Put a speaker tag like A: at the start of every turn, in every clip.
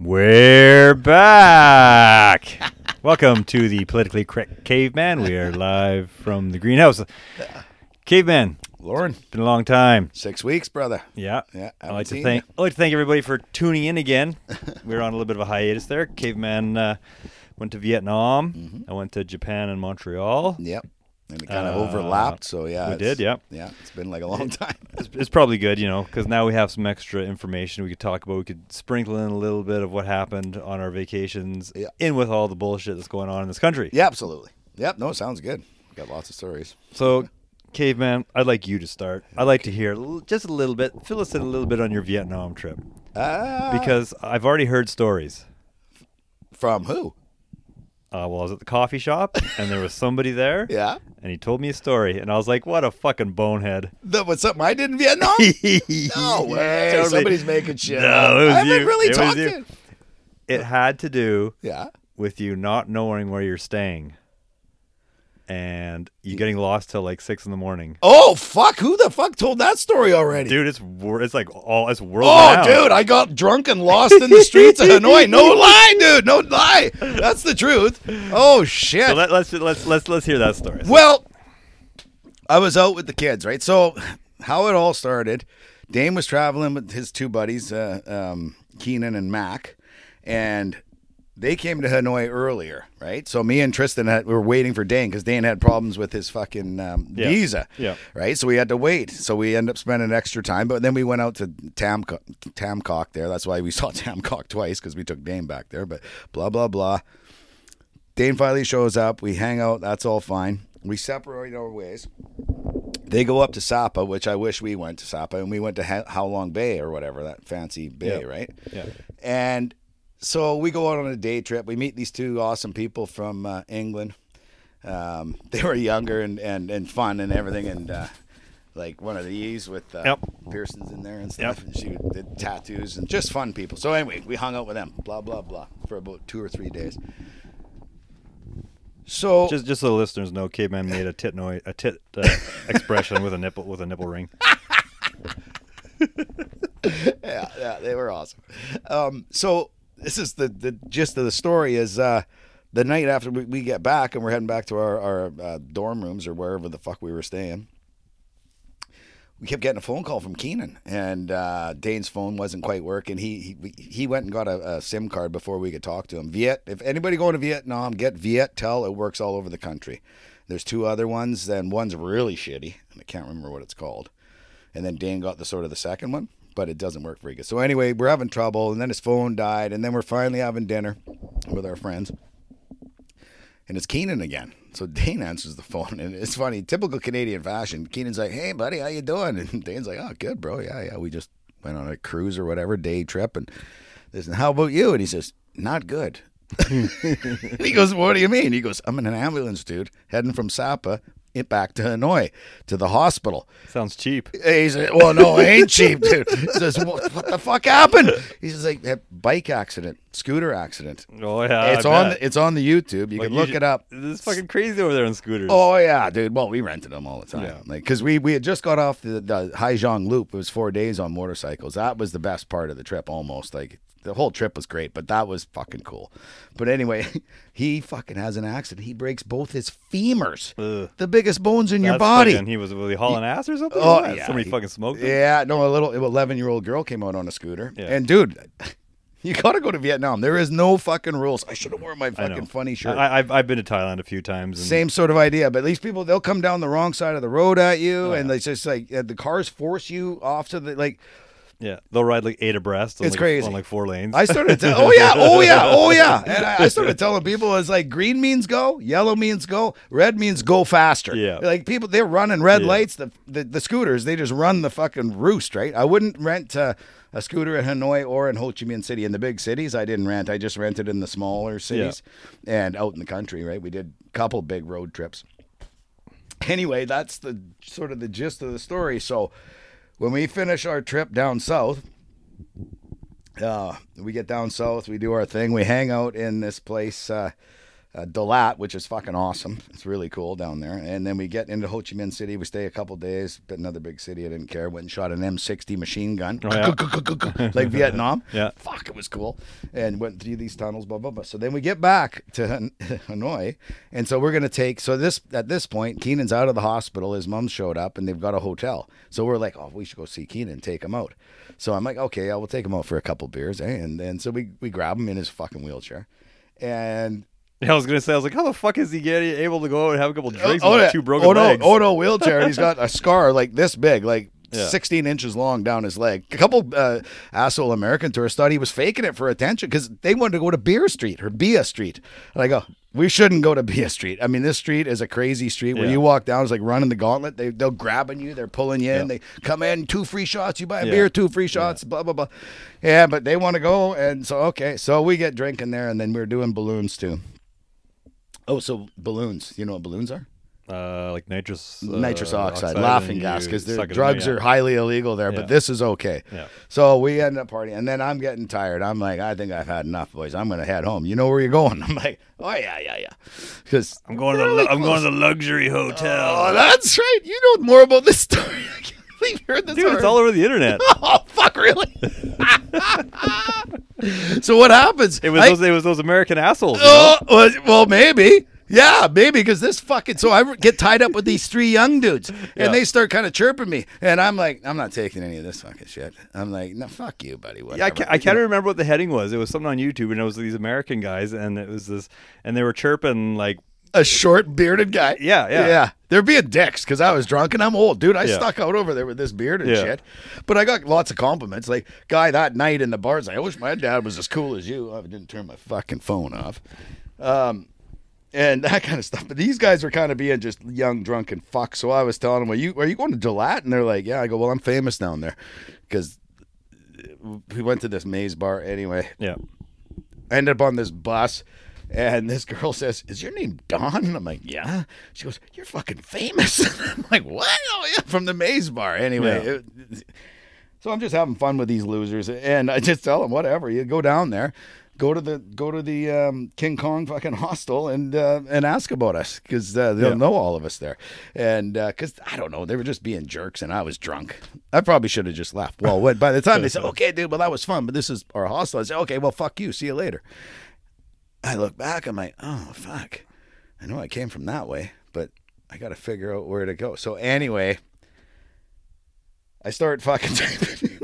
A: We're back. Welcome to the politically correct caveman. We are live from the greenhouse. Caveman,
B: Lauren,
A: been a long time.
B: six weeks, brother.
A: Yeah,
B: Yeah,
A: I'd
B: haven't
A: like to
B: seen
A: thank I'd like to thank everybody for tuning in again. we were on a little bit of a hiatus there. Caveman uh, went to Vietnam.
B: Mm-hmm.
A: I went to Japan and Montreal.
B: Yep. And it kind of
A: Uh,
B: overlapped, so yeah.
A: we
B: it's-
A: did, yeah.
B: Yeah, it's been like a long time.
A: It's, it's probably good, you know, because now we have some extra information we could talk about. We could sprinkle in a little bit of what happened on our vacations,
B: Yeah.
A: in with all the bullshit that's going on in this country.
B: yeah, absolutely. Yep, no, it sounds good. Got lots of stories.
A: So, caveman, I'd like you to start. I'd like to hear l- just a little bit. Fill us in a little bit on your Vietnam trip
B: Uh,
A: because I've already heard stories.
B: from who?
A: Uh, well, I was at the coffee shop and there was somebody there.
B: Yeah.
A: And he told me a story, and I was like, "What a fucking bonehead!"
B: That was something I did in Vietnam? no way.
A: Totally.
B: Somebody's making shit.
A: No,
B: up.
A: it was
B: I haven't
A: you.
B: really
A: It was
B: talked
A: you.
B: to
A: It had to do
B: Yeah.
A: with you not knowing where you're staying, and you getting lost till like six in the morning.
B: Oh, fuck. Who the fuck told that story already?
A: Dude, it's wor- it's like all it's world.
B: Oh,
A: renowned.
B: dude, I got drunk and lost in the streets of Hanoi. No lie, dude. No lie. That's the truth. Oh, shit.
A: So let, let's let's let's let's hear that story.
B: Well, I was out with the kids, right? So, how it all started, Dane was traveling with his two buddies, uh, um, Keenan and Mac, and they came to Hanoi earlier, right? So, me and Tristan had, we were waiting for Dane because Dane had problems with his fucking um,
A: Yeah.
B: visa,
A: Yeah.
B: right? So, we had to wait. So, we ended up spending extra time, but then we went out to Tamco- Tamcock there. That's why we saw Tamcock twice because we took Dane back there, but blah, blah, blah. Dane finally shows up. We hang out. That's all fine. We separate our ways. They go up to Sapa, which I wish we went to Sapa, and we went to ha- How Long Bay or whatever that fancy bay,
A: Yeah.
B: right?
A: Yeah.
B: And so we go out on a day trip. We meet these two awesome people from uh, England. Um, they were younger and, and, and fun and everything, and uh, like one of these with uh,
A: Yep.
B: Pearson's in there and
A: Yep.
B: stuff. And she did tattoos and just fun people. So anyway, we hung out with them, blah blah blah, for about two or three days. So
A: Just just so the listeners know, Caveman made a tit noise, a tit uh, expression with a nipple with a nipple ring.
B: yeah, yeah, they were awesome. Um, so this is the, the gist of the story is uh, the night after we, we get back and we're heading back to our, our uh, dorm rooms or wherever the fuck we were staying. We kept getting a phone call from Keenan, and uh, Dane's phone wasn't quite working. He he, he went and got a, a SIM card before we could talk to him. Viet, if anybody going to Vietnam, get Viettel. It works all over the country. There's two other ones, and one's really shitty, and I can't remember what it's called and then Dan got the sort of the second one, but it doesn't work very good. So anyway, we're having trouble, and then his phone died, and then we're finally having dinner with our friends, and it's Keenan again. So Dane answers the phone, and it's funny, typical Canadian fashion. Keenan's like, "Hey, buddy, how you doing?" And Dane's like, "Oh, good, bro. Yeah, yeah. We just went on a cruise or whatever, day trip, and this. And how about you?" And he says, "Not good." And he goes, What do you mean? He goes, I'm in an ambulance, dude, heading from Sapa it back to Hanoi to the hospital.
A: Sounds cheap.
B: He said, "Well, no, it ain't cheap, dude." He says, "What, what the fuck happened?" He says, "Like that bike accident, scooter accident.
A: Oh yeah,
B: it's on. The, it's on the YouTube. You can look it up."
A: This is fucking crazy over there on scooters.
B: Oh yeah, dude. Well, we rented them all the time,
A: Yeah.
B: Like 'cause because we we had just got off the, the Haijiang Loop. It was four days on motorcycles. That was the best part of the trip, almost. Like the whole trip was great, but that was fucking cool. But anyway, he fucking has an accident. He breaks both his femurs,
A: Ugh.
B: the biggest bones in your
A: That's
B: body.
A: fucking- he was, was he hauling ass or something?
B: Oh,
A: What?
B: yeah.
A: Somebody fucking smoked him?
B: Yeah, no, a little 11 year old girl came out on a scooter.
A: Yeah.
B: And dude, you got to go to Vietnam. There is no fucking rules. I should have worn my
A: I know.
B: fucking funny shirt.
A: I, have I've been to Thailand a few times. And
B: Same sort of idea, but at least people they'll come down the wrong side of the road at
A: Oh,
B: you, and they just like uh, the cars force you off to the like.
A: Yeah, they'll ride like eight abreast. On
B: It's
A: like,
B: crazy.
A: on like four lanes.
B: I started to, oh yeah, oh yeah, oh yeah, and I, I started telling people it's like green means go, yellow means go, red means go faster.
A: Yeah.
B: like people they're running red
A: Yeah.
B: lights. The, the the scooters they just run the fucking roost, right? I wouldn't rent uh, a scooter in Hanoi or in Ho Chi Minh City in the big cities. I didn't rent. I just rented in the smaller cities and out in the country. Right, we did a couple big road trips. Anyway, that's the sort of the gist of the story. So when we finish our trip down south uh, we get down south, we do our thing, we hang out in this place uh, uh, Dalat, which is fucking awesome. It's really cool down there. And then we get into Ho Chi Minh City. We stay a couple days, but another big city. I didn't care. Went and shot an M60 machine gun,
C: Oh, yeah.
B: like Vietnam.
C: Yeah.
B: Fuck, it was cool. And went through these tunnels, blah, blah, blah. So then we get back to Han- Hanoi. And so we're going to take, so this, at this point, Keenan's out of the hospital. His mom showed up and they've got a hotel. So we're like, oh, we should go see Keenan, take him out. So I'm like, okay, I will take him out for a couple beers. And then, so we, we grab him in his fucking wheelchair. And
C: I was gonna say, I was like, how the fuck is he getting able to go out and have a couple drinks
B: oh,
C: with
B: yeah.
C: two broken
B: oh, no,
C: legs?
B: Oh no, wheelchair. and He's got a scar like this big, like
C: Yeah.
B: 16 inches long down his leg. A couple uh, asshole American tourists thought he was faking it for attention because they wanted to go to Beer Street or Bia Street. And I go, we shouldn't go to Bia Street. I mean, this street is a crazy street where
C: Yeah.
B: you walk down, it's like running the gauntlet. They, they're grabbing you, they're pulling you in. They come in, two free shots. You buy a
C: Yeah.
B: beer, two free shots, blah, blah, blah. Yeah, but they want to go. And so, okay. So we get drinking there and then we're doing balloons too. Oh, so balloons. You know what balloons are?
C: Uh, like nitrous, uh,
B: nitrous oxide,
C: and
B: laughing
C: you
B: gas because their
C: suck it in,
B: drugs
C: yeah.
B: are highly illegal there,
C: Yeah.
B: but this is okay.
C: Yeah.
B: So we end up partying, and then I'm getting tired. I'm like, I think I've had enough, boys. I'm gonna head home. You know where you're going? I'm like, oh yeah, yeah, yeah, because
C: I'm going to the, lu- I'm going to the luxury hotel.
B: oh, that's right. You know more about this story. I can't believe you heard this.
C: Dude, it's
B: already.
C: all over the internet.
B: Oh fuck, really? so what happens?
C: It was
B: I-
C: those it was those American assholes. you know?
B: Oh, well, well, maybe. Yeah, maybe because this fucking. So I get tied up with these three young dudes, and
C: Yeah.
B: they start kind of chirping me, and I'm like, I'm not taking any of this fucking shit. I'm like, no, fuck you, buddy. Whatever.
C: Yeah, I can't, I can't remember what the heading was. It was something on YouTube, and it was these American guys, and it was this, and they were chirping like,
B: A short bearded guy.
C: Yeah, yeah.
B: yeah. They're being dicks because I was drunk and I'm old, dude. I
C: Yeah.
B: stuck out over there with this beard and
C: Yeah.
B: shit, but I got lots of compliments. Like guy that night in the bars, I wish my dad was as cool as you. I didn't turn my fucking phone off. Um, and that kind of stuff. But these guys were kind of being just young, drunken fucks. So I was telling them, "Are you are you going to Gillette?" And they're like, "Yeah." I go, "Well, I'm famous down there," because we went to this maze bar anyway.
C: yeah,
B: I ended up on this bus, and this girl says, "Is your name Don?" And I'm like, "Yeah." She goes, "You're fucking famous." I'm like, "What?" Oh yeah, from the Maze Bar. Anyway,
C: Yeah.
B: it- so I'm just having fun with these losers, and I just tell them, "Whatever, you go down there." Go to the go to the um, King Kong fucking hostel and uh, and ask about us because uh, they'll
C: Yeah.
B: know all of us there, and because I don't know they were just being jerks and I was drunk. I probably should have just left. Well, when, by the time they said, "Okay, dude, well that was fun, but this is our hostel," I said, "Okay, well fuck you, see you later." I look back, I'm like, oh fuck. I know I came from that way, but I gotta figure out where to go. So anyway, I start fucking typing in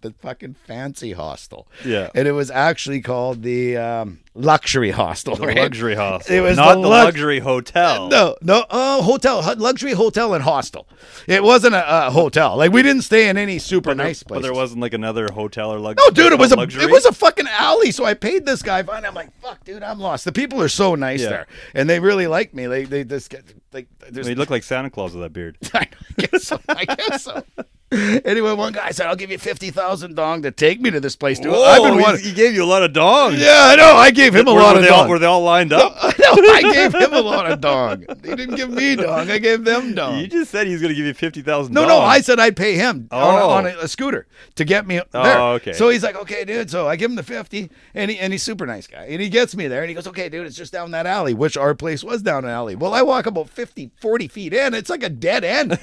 B: the fucking fancy hostel.
C: Yeah.
B: And it was actually called the um, luxury hostel.
C: the
B: right?
C: luxury hostel.
B: It was
C: not
B: the
C: the,
B: lux-
C: luxury hotel.
B: No, no, uh, hotel, hu- luxury hotel and hostel. It wasn't a, a hotel. Like we didn't stay in any super
C: But there-
B: nice place.
C: But there wasn't like another hotel or luxury.
B: No, dude, it was a
C: luxury.
B: it was a fucking alley. So I paid this guy fine. I'm like, fuck, dude, I'm lost. The people are so nice
C: Yeah.
B: there, and they really like me. They they just get like
C: I
B: there's
C: mean, he looked like Santa Claus with that beard.
B: I guess so. I guess so. Anyway, one guy said, "I'll give you fifty thousand dong to take me to this place, dude." I've been
C: Whoa,
B: wanting.
C: he, he gave you a lot of dong.
B: Yeah, I know. I gave him a
C: were,
B: lot
C: were
B: of
C: they
B: dong.
C: all, were they all lined up?
B: no, I gave him a lot of dong. They didn't give me dong. I gave them dong.
C: You just said he's going to give you fifty thousand.
B: Uh-uh. No, no, I said I'd pay him on, a,
C: Oh.
B: on a, a scooter to get me
C: Oh,
B: there.
C: okay.
B: So he's like, okay, dude. So I give him the fifty, and he, and he's super nice guy, and he gets me there, and he goes, okay, dude, it's just down that alley, which our place was down an alley. Well, I walk about 50, 40 feet in, it's like a dead end.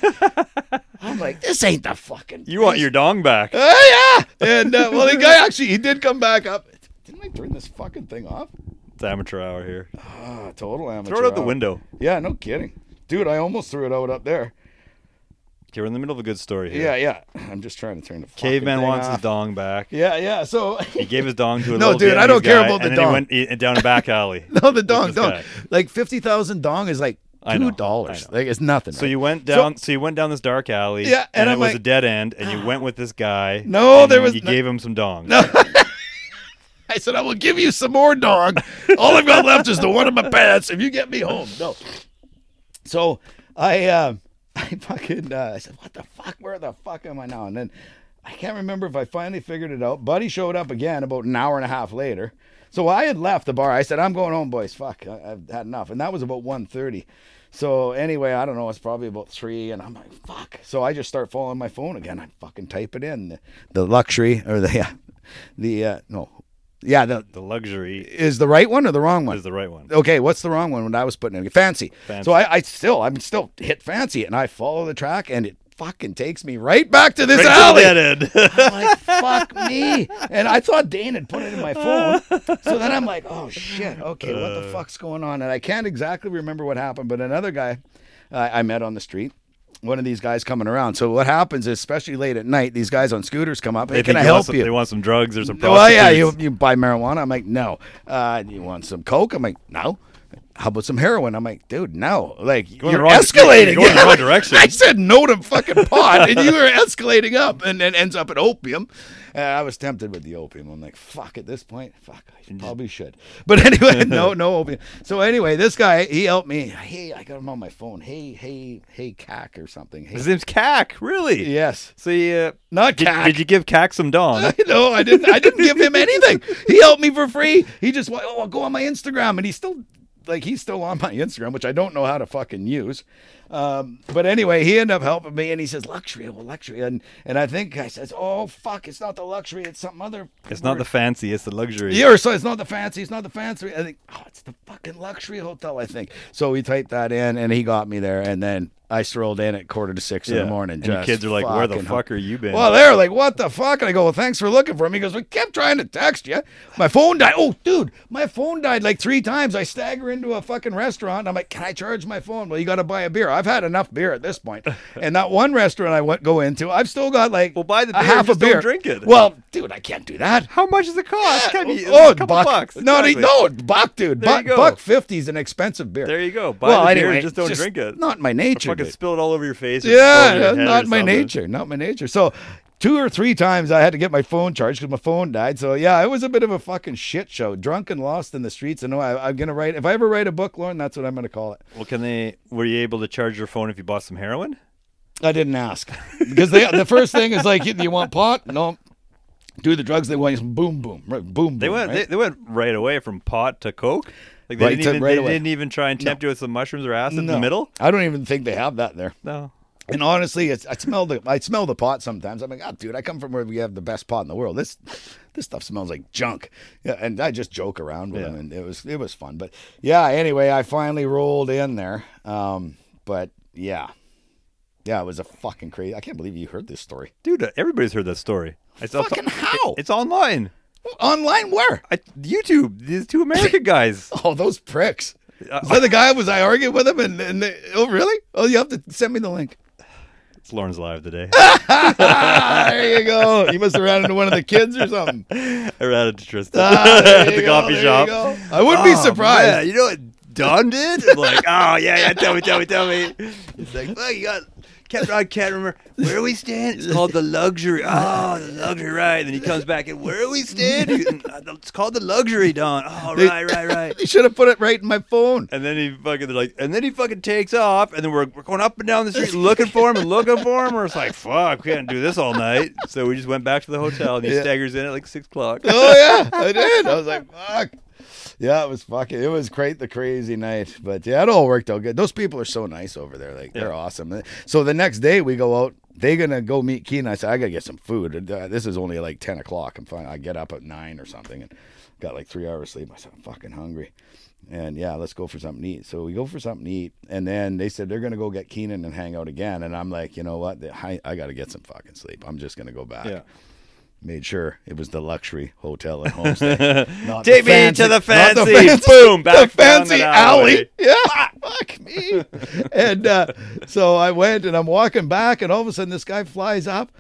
B: I'm like, this ain't the fucking.
C: You want your dong back?
B: Oh yeah, and uh, well, the guy actually he did come back up. Didn't I turn this fucking thing off?
C: It's amateur hour here.
B: Ah, total amateur.
C: Throw it out the
B: hour.
C: window.
B: Yeah, no kidding, dude. I almost threw it out up there.
C: Okay, we're in the middle of a good story here.
B: Yeah, yeah. I'm just trying to turn the fucking
C: Caveman
B: thing
C: wants
B: off.
C: his dong back.
B: Yeah, yeah. So
C: He gave his dong to a
B: No,
C: little
B: dude, I
C: Vietnamese
B: don't care
C: guy,
B: about the
C: and
B: dong.
C: Then he went i- down a back alley.
B: no, Oh, the
C: with
B: dong,
C: this
B: dong.
C: guy.
B: Like fifty thousand dong is like
C: I
B: two
C: know,
B: dollars.
C: I know.
B: Like it's nothing.
C: So you went down. So, you went down this dark alley.
B: Yeah, and
C: it
B: I'm
C: was
B: like-
C: a dead end, and you went with this guy.
B: No,
C: and
B: there was
C: You
B: no-
C: gave him some dong.
B: I said, I will give you some more dong. All I've got left is the one in my pants. If you get me home, no. So I, um, I fucking, uh, I said, what the fuck? Where the fuck am I now? And then I can't remember if I finally figured it out. Buddy showed up again about an hour and a half later. So I had left the bar. I said, I'm going home, boys. Fuck, I, I've had enough. And that was about 1.30. So anyway, I don't know. It's probably about three, and I'm like, fuck. So I just start following my phone again. I fucking type it in the, the luxury or the, the uh, no, Yeah, the,
A: The luxury
B: is the right one or the wrong one?
A: is the right one.
B: okay, what's the wrong one when I was putting it? Fancy.
A: Fancy.
B: So I, I still, I'm still hit fancy, and I follow the track, and it fucking takes me right back to this
A: Right to
B: alley.
A: that end.
B: I'm like, fuck me. And I thought Dane had put it in my phone. So then I'm like, oh shit, okay, what
A: Uh.
B: the fuck's going on? And I can't exactly remember what happened, but another guy uh, I met on the street. One of these guys coming around. So what happens is, especially late at night, these guys on scooters come up. Hey,
A: They
B: can
A: think
B: I
A: they want
B: help
A: some-
B: you?
A: They want some drugs or some
B: Well, yeah, you,
A: prostitutes.
B: you buy marijuana? I'm like, no. Uh, you want some coke? I'm like, no. How about some heroin? I'm like, dude, no. Like
A: Going the
B: you're
A: wrong-
B: escalating.
A: you're going the
B: Yeah.
A: wrong direction.
B: I said no to fucking pot, and you were escalating up, and then ends up at opium. Uh, I was tempted with the opium. I'm like, fuck. At this point, fuck. I probably should. But anyway, no, no opium. So anyway, this guy, he helped me. Hey, I got him on my phone. Hey, hey, hey, cack or something. Hey,
A: His name's Cack, really?
B: yes,
A: So you, uh,
B: not
A: did,
B: cack.
A: did you give Cack some dong?
B: no, I didn't. I didn't give him anything. He helped me for free. He just went, oh, I'll go on my Instagram, and he's still like he's still on my Instagram, which I don't know how to fucking use. Um, but anyway, he ended up helping me, and he says luxury, well luxury, and and I think I says, oh fuck, it's not the luxury, it's some other.
A: it's not the fancy, it's the luxury.
B: Yeah, or so it's not the fancy, it's not the fancy. I think, oh, it's the fucking luxury hotel, I think. So we typed that in, and he got me there, and then I strolled in at quarter to six in
A: Yeah.
B: the morning.
A: And the
B: just
A: kids are like, where the
B: fucking
A: fuck are you been?
B: well, they're like, "What the fuck?" And I go, "Well, thanks for looking for me." He goes, "We kept trying to text you. My phone died. Oh, dude, my phone died like three times. I stagger into a fucking restaurant. And I'm like, "Can I charge my phone?" Well, you got to buy a beer. I've had enough beer at this point. And that one restaurant I went go into, I've still got like
A: Well, buy the beer,
B: a half
A: just
B: a
A: don't
B: beer.
A: drink it.
B: Well, dude, I can't do that.
A: How much does it cost? Can be,
B: oh,
A: a couple
B: buck.
A: bucks.
B: No,
A: exactly.
B: no, buck, dude.
A: There you
B: Buck,
A: go.
B: buck fifty is an expensive beer.
A: There you go. Buy
B: well,
A: the beer,
B: anyway,
A: just don't drink it.
B: Not my nature.
A: Fucking
B: dude.
A: spill it all over your face. or spill it on your
B: Yeah,
A: head or
B: not my
A: something.
B: nature. Not my nature. So, two or three times I had to get my phone charged because my phone died. So, yeah, it was a bit of a fucking shit show. Drunk and lost in the streets. And no, I, I'm going to write, if I ever write a book, Lauren, that's what I'm going to call it.
A: Well, can they? Were you able to charge your phone if you bought some heroin?
B: I didn't ask. Because they, the first thing is like, you, you want pot? No. Do the drugs they want. you- Boom, boom, right, boom.
A: They went. They, they went right away from pot to coke. Like they,
B: Right
A: didn't,
B: to-
A: even,
B: right
A: they
B: away.
A: didn't even try and tempt you with some mushrooms or acid in the middle.
B: I don't even think they have that there.
A: No.
B: And honestly, it's, I smell the I smell the pot sometimes. I'm like, oh, dude, I come from where we have the best pot in the world. This this stuff smells like junk. Yeah, and I just joke around with
A: Yeah.
B: them, and it was it was fun. But yeah, anyway, I finally rolled in there. Um, but yeah, yeah, it was a fucking crazy. I can't believe you heard this story.
A: Dude, everybody's heard that story. It's all-
B: Fucking how?
A: It's online.
B: Online, where?
A: I, YouTube. These two American guys.
B: Oh, those pricks.
A: Uh,
B: Is that the guy was I arguing with him? And, and they, oh, really? Oh, you have to send me the link.
A: It's Lauren's live today.
B: Ah, there you go. You must have ran into one of the kids or something.
A: I ran into Tristan
B: Ah, there
A: at
B: you
A: the
B: go,
A: coffee
B: there you
A: shop.
B: go. I wouldn't be
A: Oh, man,
B: surprised.
A: you know what Don did? I'm like, oh yeah, yeah. Tell me, tell me, tell me. He's like, fuck, you got. Kept I can't remember where are we stand. It's called the luxury. Oh, the luxury ride. And then he comes back and where are we stand? uh, It's called the luxury, Don. Oh, right, right, right.
B: They should have put it right in my phone.
A: And then he fucking they're like, and then he fucking takes off, and then we're, we're going up and down the street looking for him and looking for him. We're just like, fuck, we can't do this all night. So we just went back to the hotel, and he
B: Yeah.
A: staggers in at like six o'clock.
B: Oh yeah, I did. I was like, fuck. Yeah, it was fucking. It was great, the crazy night. But yeah, it all worked out good. Those people are so nice over there. Like they're awesome. So the next day we go out. They gonna go meet Keenan. I said I gotta get some food. Uh, This is only like ten o'clock. I'm fine. I get up at nine or something and got like three hours sleep. I said I'm fucking hungry. And yeah, let's go for something to eat. So we go for something to eat, and then they said they're gonna go get Keenan and hang out again. And I'm like, you know what? I, I gotta get some fucking sleep. I'm just gonna go back
A: Yeah.
B: made sure it was the luxury hotel and homestay. not
A: Take
B: the
A: me
B: fancy-
A: to the
B: not
A: fancy. Boom,
B: the
A: back down
B: fancy
A: that
B: alley.
A: alley.
B: Yeah, fuck me. and uh, so I went and I'm walking back, and all of a sudden this guy flies up.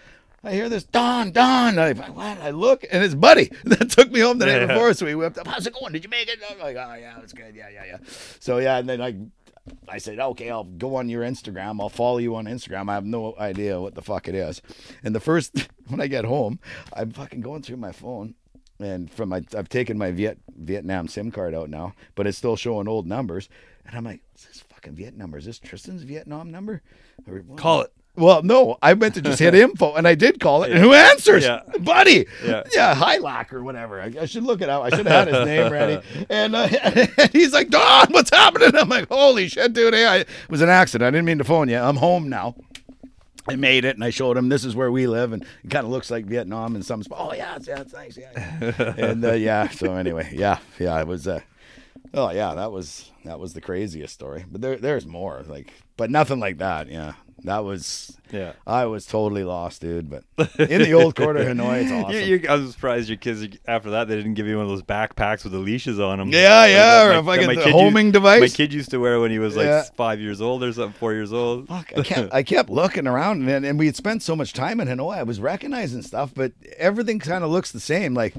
B: I hear this Don, Don. I, what? I look, and it's Buddy that took me home the night
A: Yeah.
B: before. So we whipped up. How's it going? Did you make it? I'm like, oh yeah, it was good. Yeah, yeah, yeah. So yeah, and then I, I said, okay, I'll go on your Instagram. I'll follow you on Instagram. I have no idea what the fuck it is. And the first when I get home, I'm fucking going through my phone, and from my I've taken my Viet Vietnam SIM card out now, but it's still showing old numbers. And I'm like, what's this fucking Viet number? Is this Tristan's Vietnam number? Or what?
A: Call it.
B: Well, no, I meant to just hit info, and I did call it. And who answers?
A: Yeah.
B: Buddy.
A: Yeah.
B: Hylock or whatever. I, I should look it up. I should have had his name ready. And uh, he's like, Don, what's happening? I'm like, holy shit, dude. Hey, I, it was an accident. I didn't mean to phone you. I'm home now. I made it, and I showed him this is where we live, and it kind of looks like Vietnam in some spot. Oh yeah, it's, yeah, it's nice. Yeah, yeah. and uh, yeah. So anyway, yeah, yeah, it was. Uh, oh yeah, that was that was the craziest story. But there, there's more. Like, but nothing like that. Yeah, that was.
C: Yeah.
B: I was totally lost, dude. But in the old quarter Hanoi, it's awesome.
C: You, you, I was surprised your kids after that they didn't give you one of those backpacks with the leashes on them.
B: Yeah, yeah, or if I get the homing device.
C: My kid used to wear when he was like
B: Yeah.
C: five years old or something, four years old.
B: Fuck, I kept, I kept looking around, and then- and we had spent so much time in Hanoi. I was recognizing stuff, but everything kind of looks the same. Like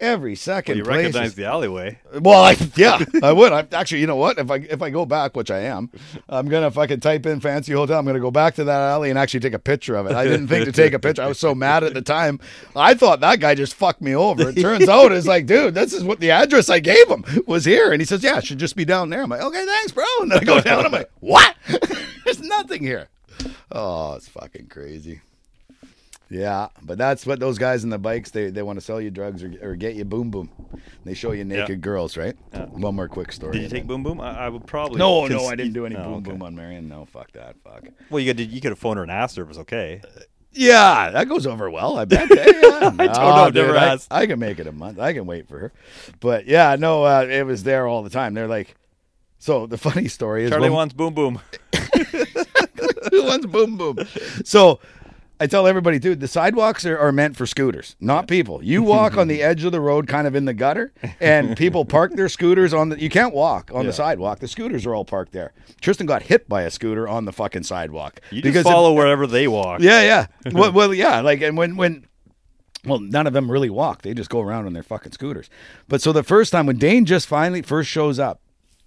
B: every second
C: You
B: place. is-
C: recognize the alleyway.
B: Well, I, yeah, I would. I, actually, you know what? If I if I go back, which I am, I'm gonna if I could type in fancy hotel, I'm gonna go back to that alley and actually take a picture of it. I didn't think to take a picture. I was so mad at the time. I thought that guy just fucked me over. It turns out it's like, dude, this is what the address I gave him was here, and he says, yeah, it should just be down there. I'm like, okay, thanks, bro. And then I go down. I'm like, what? There's nothing here. Oh, it's fucking crazy. Yeah, but that's what those guys in the bikes they, they want to sell you drugs or, or get you boom boom. They show you naked girls, right? One more quick story.
C: Did you take boom boom? I, I would probably.
B: No, no,
C: cons-
B: I didn't do any
C: No,
B: boom
C: okay.
B: boom on Marion. No, fuck that, fuck.
C: Well, you could you could have phoned her and asked her if it was okay.
B: Yeah, that goes over well. I bet. Yeah, yeah. I don't
C: know, I've never
B: I,
C: asked.
B: I can make it a month. I can wait for her. But yeah, no, uh, it was there all the time. They're like, so the funny story is
C: Charlie
B: when-
C: wants boom boom.
B: Who wants boom boom? So I tell everybody, dude, the sidewalks are, are meant for scooters, not people. You walk on the edge of the road, kind of in the gutter, and people park their scooters on the. You can't walk on the sidewalk. The scooters are all parked there. Tristan got hit by a scooter on the fucking sidewalk.
C: You
B: Because
C: just
B: if-
C: follow wherever they walk.
B: yeah, yeah. well, well, yeah. Like, and when when, well, none of them really walk. They just go around on their fucking scooters. But so the first time when Dane just finally first shows up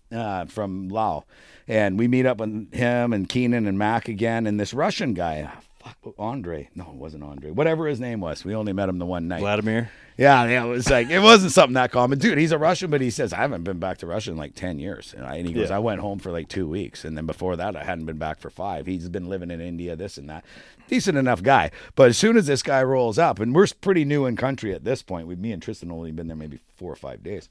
B: uh, from Lao, and we meet up with him and Keenan and Mac again, and this Russian guy, ah, fuck, Andre. No, it wasn't Andre. Whatever his name was, we only met him the one night.
C: Vladimir.
B: Yeah, yeah, it was like it wasn't something that common, dude. He's a Russian, but he says I haven't been back to Russia in like ten years, and, I, and he goes,
C: Yeah.
B: I went home for like two weeks, and then before that, I hadn't been back for five. He's been living in India, this and that. Decent enough guy, but as soon as this guy rolls up, and we're pretty new in country at this point, we, me and Tristan only been there maybe four or five days,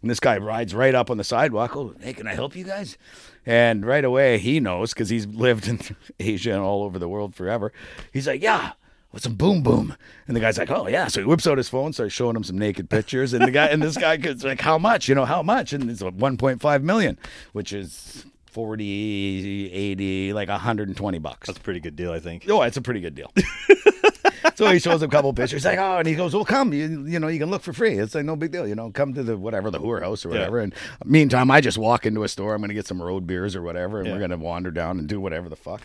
B: and this guy rides right up on the sidewalk. Oh, hey, can I help you guys? And right away, he knows because he's lived in Asia and all over the world forever. He's like, yeah with some boom boom. And the guy's like, oh yeah. So he whips out his phone, starts showing him some naked pictures, and the guy and this guy goes like, how much? You know, how much? And it's like 1.5 million, which is 40, 80, like 120 bucks.
C: That's a pretty good deal, I think.
B: Oh, it's a pretty good deal. so he shows him a couple pictures, like, oh, and he goes, well, come, you, you know, you can look for free. It's like no big deal, you know, come to the whatever the whore house or whatever. And meantime, I just walk into a store. I'm gonna get some road beers or whatever, and we're
C: Yeah.
B: gonna wander down and do whatever the fuck.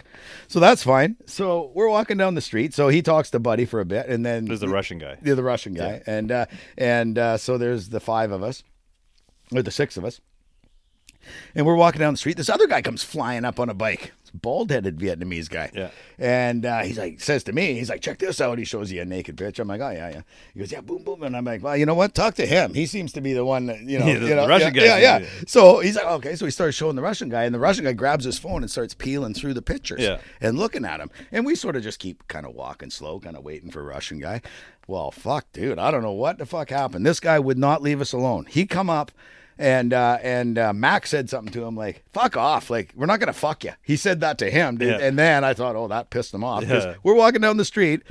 B: So that's fine. So we're walking down the street. So he talks to Buddy for a bit, and then
C: There's the Russian guy.
B: yeah, the Russian guy, and uh, and uh, so there's the five of us, or the six of us, and we're walking down the street. This other guy comes flying up on a bike, bald-headed Vietnamese guy,
C: Yeah.
B: and uh, he's like says to me, he's like, check this out. He shows you a naked bitch. I'm like, oh yeah, yeah. He goes, yeah, boom, boom, and I'm like, well, you know what? Talk to him. He seems to be the one that you know,
C: Yeah, the-
B: you know
C: the Russian
B: yeah,
C: guy
B: yeah,
C: seems
B: yeah.
C: to
B: So he's like, okay. So he starts showing the Russian guy, and the Russian guy grabs his phone and starts peeling through the pictures
C: Yeah.
B: and looking at him. And we sort of just keep kind of walking slow, kind of waiting for Russian guy. Well, fuck, dude, I don't know what the fuck happened. This guy would not leave us alone. He come up. And uh, and uh, Mac said something to him like "fuck off," like we're not gonna fuck you. He said that to him, dude.
C: Yeah.
B: and then I thought, oh, that pissed him off. 'cause
C: Yeah.
B: We're walking down the street,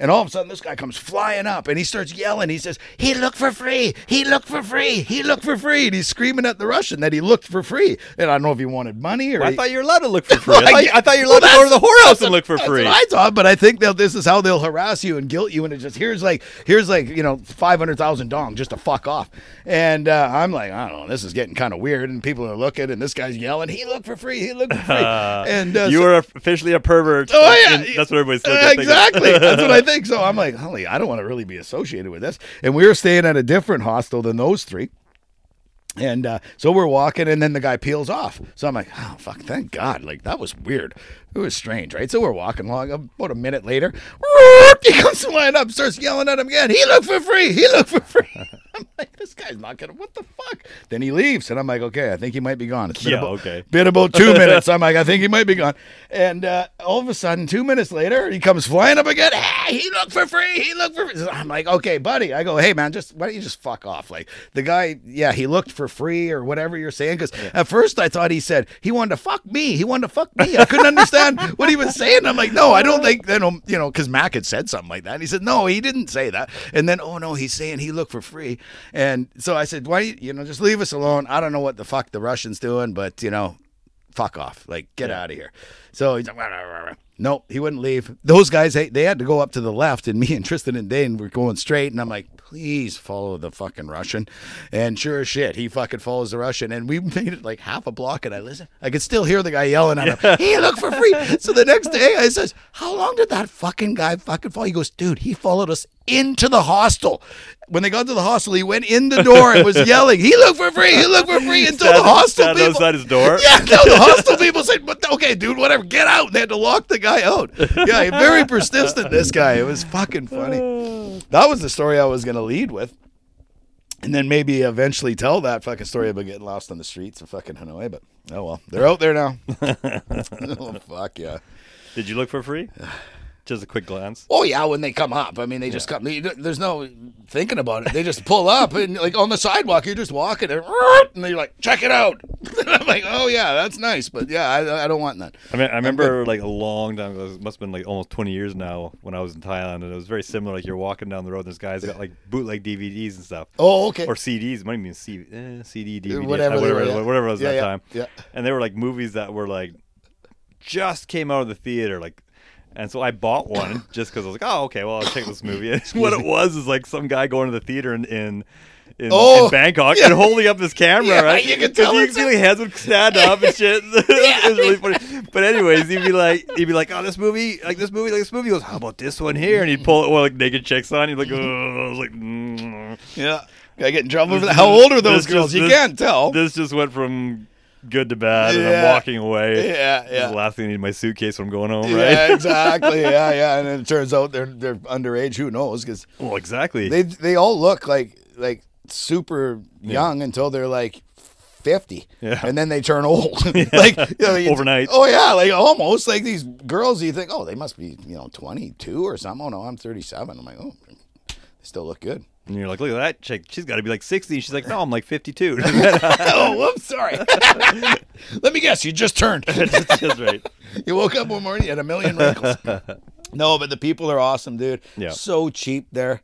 B: and all of a sudden, this guy comes flying up and he starts yelling. He says, He looked for free. He looked for free. He looked for free. And he's screaming at the Russian that he looked for free. And I don't know if he wanted money or.
C: I
B: he-
C: thought you were allowed to look for free. I, thought,
B: Like-
C: I thought you were allowed
B: Well,
C: to go to the
B: that's-
C: whorehouse and look for
B: that's
C: free.
B: what I thought, but I think that this is how they'll harass you and guilt you into just here's like here's like you know five hundred thousand dong just to fuck off. And uh, I'm like, I don't know, this is getting kind of weird, and people are looking, and this guy's yelling, he looked for free, he looked for free, and uh,
C: you
B: so-
C: were officially a pervert.
B: Oh yeah,
C: And that's what everybody's looking at. thinking.
B: Exactly, that's what I think. So I'm like, holy, I don't want to really be associated with this. And we were staying at a different hostel than those three. And uh, so we're walking, and then the guy peels off. So I'm like, oh fuck, thank God! Like that was weird. It was strange, right? So we're walking along. About a minute later, he comes flying up, starts yelling at him again. He looked for free. He looked for free. I'm like, this this guy's not gonna. What the fuck? Then he leaves, and I'm like, okay, I think he might be gone. It's been
A: Yeah,
B: about,
A: okay.
B: Been about two minutes. I'm like, I think he might be gone. And uh, all of a sudden, two minutes later, he comes flying up again. Hey, he looked for free. He looked for. Free. I'm like, okay, buddy. I go, hey man, just why don't you just fuck off? Like the guy, yeah, he looked for free or whatever you're saying. Because at first I thought he said he wanted to fuck me. He wanted to fuck me. I couldn't understand what he was saying. I'm like, no, I don't think you know, you know, because Mac had said something like that. And he said, no, he didn't say that. And then, oh no, he's saying he looked for free. And so I said, why, you know, just leave us alone. I don't know what the fuck the Russians doing, but you know, fuck off. Like, get out of here. So he's like, "Rah, rah, rah, rah." no, he wouldn't leave. Those guys, they, they had to go up to the left, and me and Tristan and Dane were going straight. And I'm like, please follow the fucking Russian. And sure as shit, he fucking follows the Russian. And we made it like half a block, and I listen. I could still hear the guy yelling at him, hey, look for free. So the next day, I says, how long did that fucking guy fucking follow? He goes, dude, he followed us into the hostel. When they got to the hostel, he went in the door and was yelling, he looked for free, he looked for free until the
A: Standing-
B: hostel
A: standing
B: people.
A: outside his door.
B: Yeah, no, the hostel people said, "But okay, dude, whatever, get out." And they had to lock the guy out. Yeah, very persistent. This guy, it was fucking funny. That was the story I was gonna lead with, and then maybe eventually tell that fucking story about getting lost on the streets of fucking Hanoi. But oh well, they're out there now. oh fuck yeah.
A: Did you look for free? Just a quick glance.
B: Oh yeah, when they come up, I mean, they just come. you don't- There's no thinking about it. They just pull up and like on the sidewalk, you're just walking and, and they're like, check it out. I'm like, oh yeah, that's nice, but yeah, I, I don't want that.
A: I mean, I remember like a long time ago. It must have been like almost 20 years now when I was in Thailand, and it was very similar. Like you're walking down the road, and this guy's got like bootleg DVDs and stuff.
B: Oh okay.
A: Or CDs, might even C, eh, CD, DVD,
B: Whatever
A: uh,
B: they
A: whatever,
B: were,
A: it
B: yeah.
A: was- whatever it was
B: Yeah,
A: that
B: yeah,
A: time.
B: yeah.
A: And they were like movies that were like just came out of the theater, like. And so I bought one just because I was like, oh, okay, well, I'll check this movie. And what it was is like some guy going to the theater in in, in,
B: Oh,
A: in Bangkok
B: yeah.
A: and holding up this camera,
B: Yeah,
A: right?
B: you can
A: 'Cause
B: tell
A: You
B: it's
A: can see his hands would stand up and shit. it was really funny. But anyways, he'd be like, he'd be like, oh, this movie, like this movie, like this movie. He goes, how about this one here? And he'd pull it, well, like naked chicks on. He'd like, oh, I was like. Mm.
B: Yeah. I get in trouble for that. How old are those
A: This
B: girls?
A: just-
B: you
A: this-
B: can't tell.
A: This just went from good to bad, and I'm
B: Oh. Yeah.
A: walking away.
B: Yeah,
A: This is
B: yeah.
A: the last thing I need in my suitcase when I'm going home,
B: Yeah,
A: right?
B: exactly. Yeah, yeah. And then it turns out they're they're underage. Who knows? Because
A: well, exactly.
B: they they all look like like super young until they're like. 50
A: Yeah.
B: and then they turn old like you know, you-
A: Overnight.
B: oh yeah like almost like these girls you think oh they must be you know 22 or something oh no i'm 37 i'm like oh they still look good
A: and you're like, look at that chick. She's got to be like 60. She's like, no, I'm like 52.
B: oh whoops sorry let me guess you just turned
A: That's right.
B: You woke up one morning, you had a million wrinkles. no, but the people are awesome, dude.
A: Yeah.
B: So cheap there.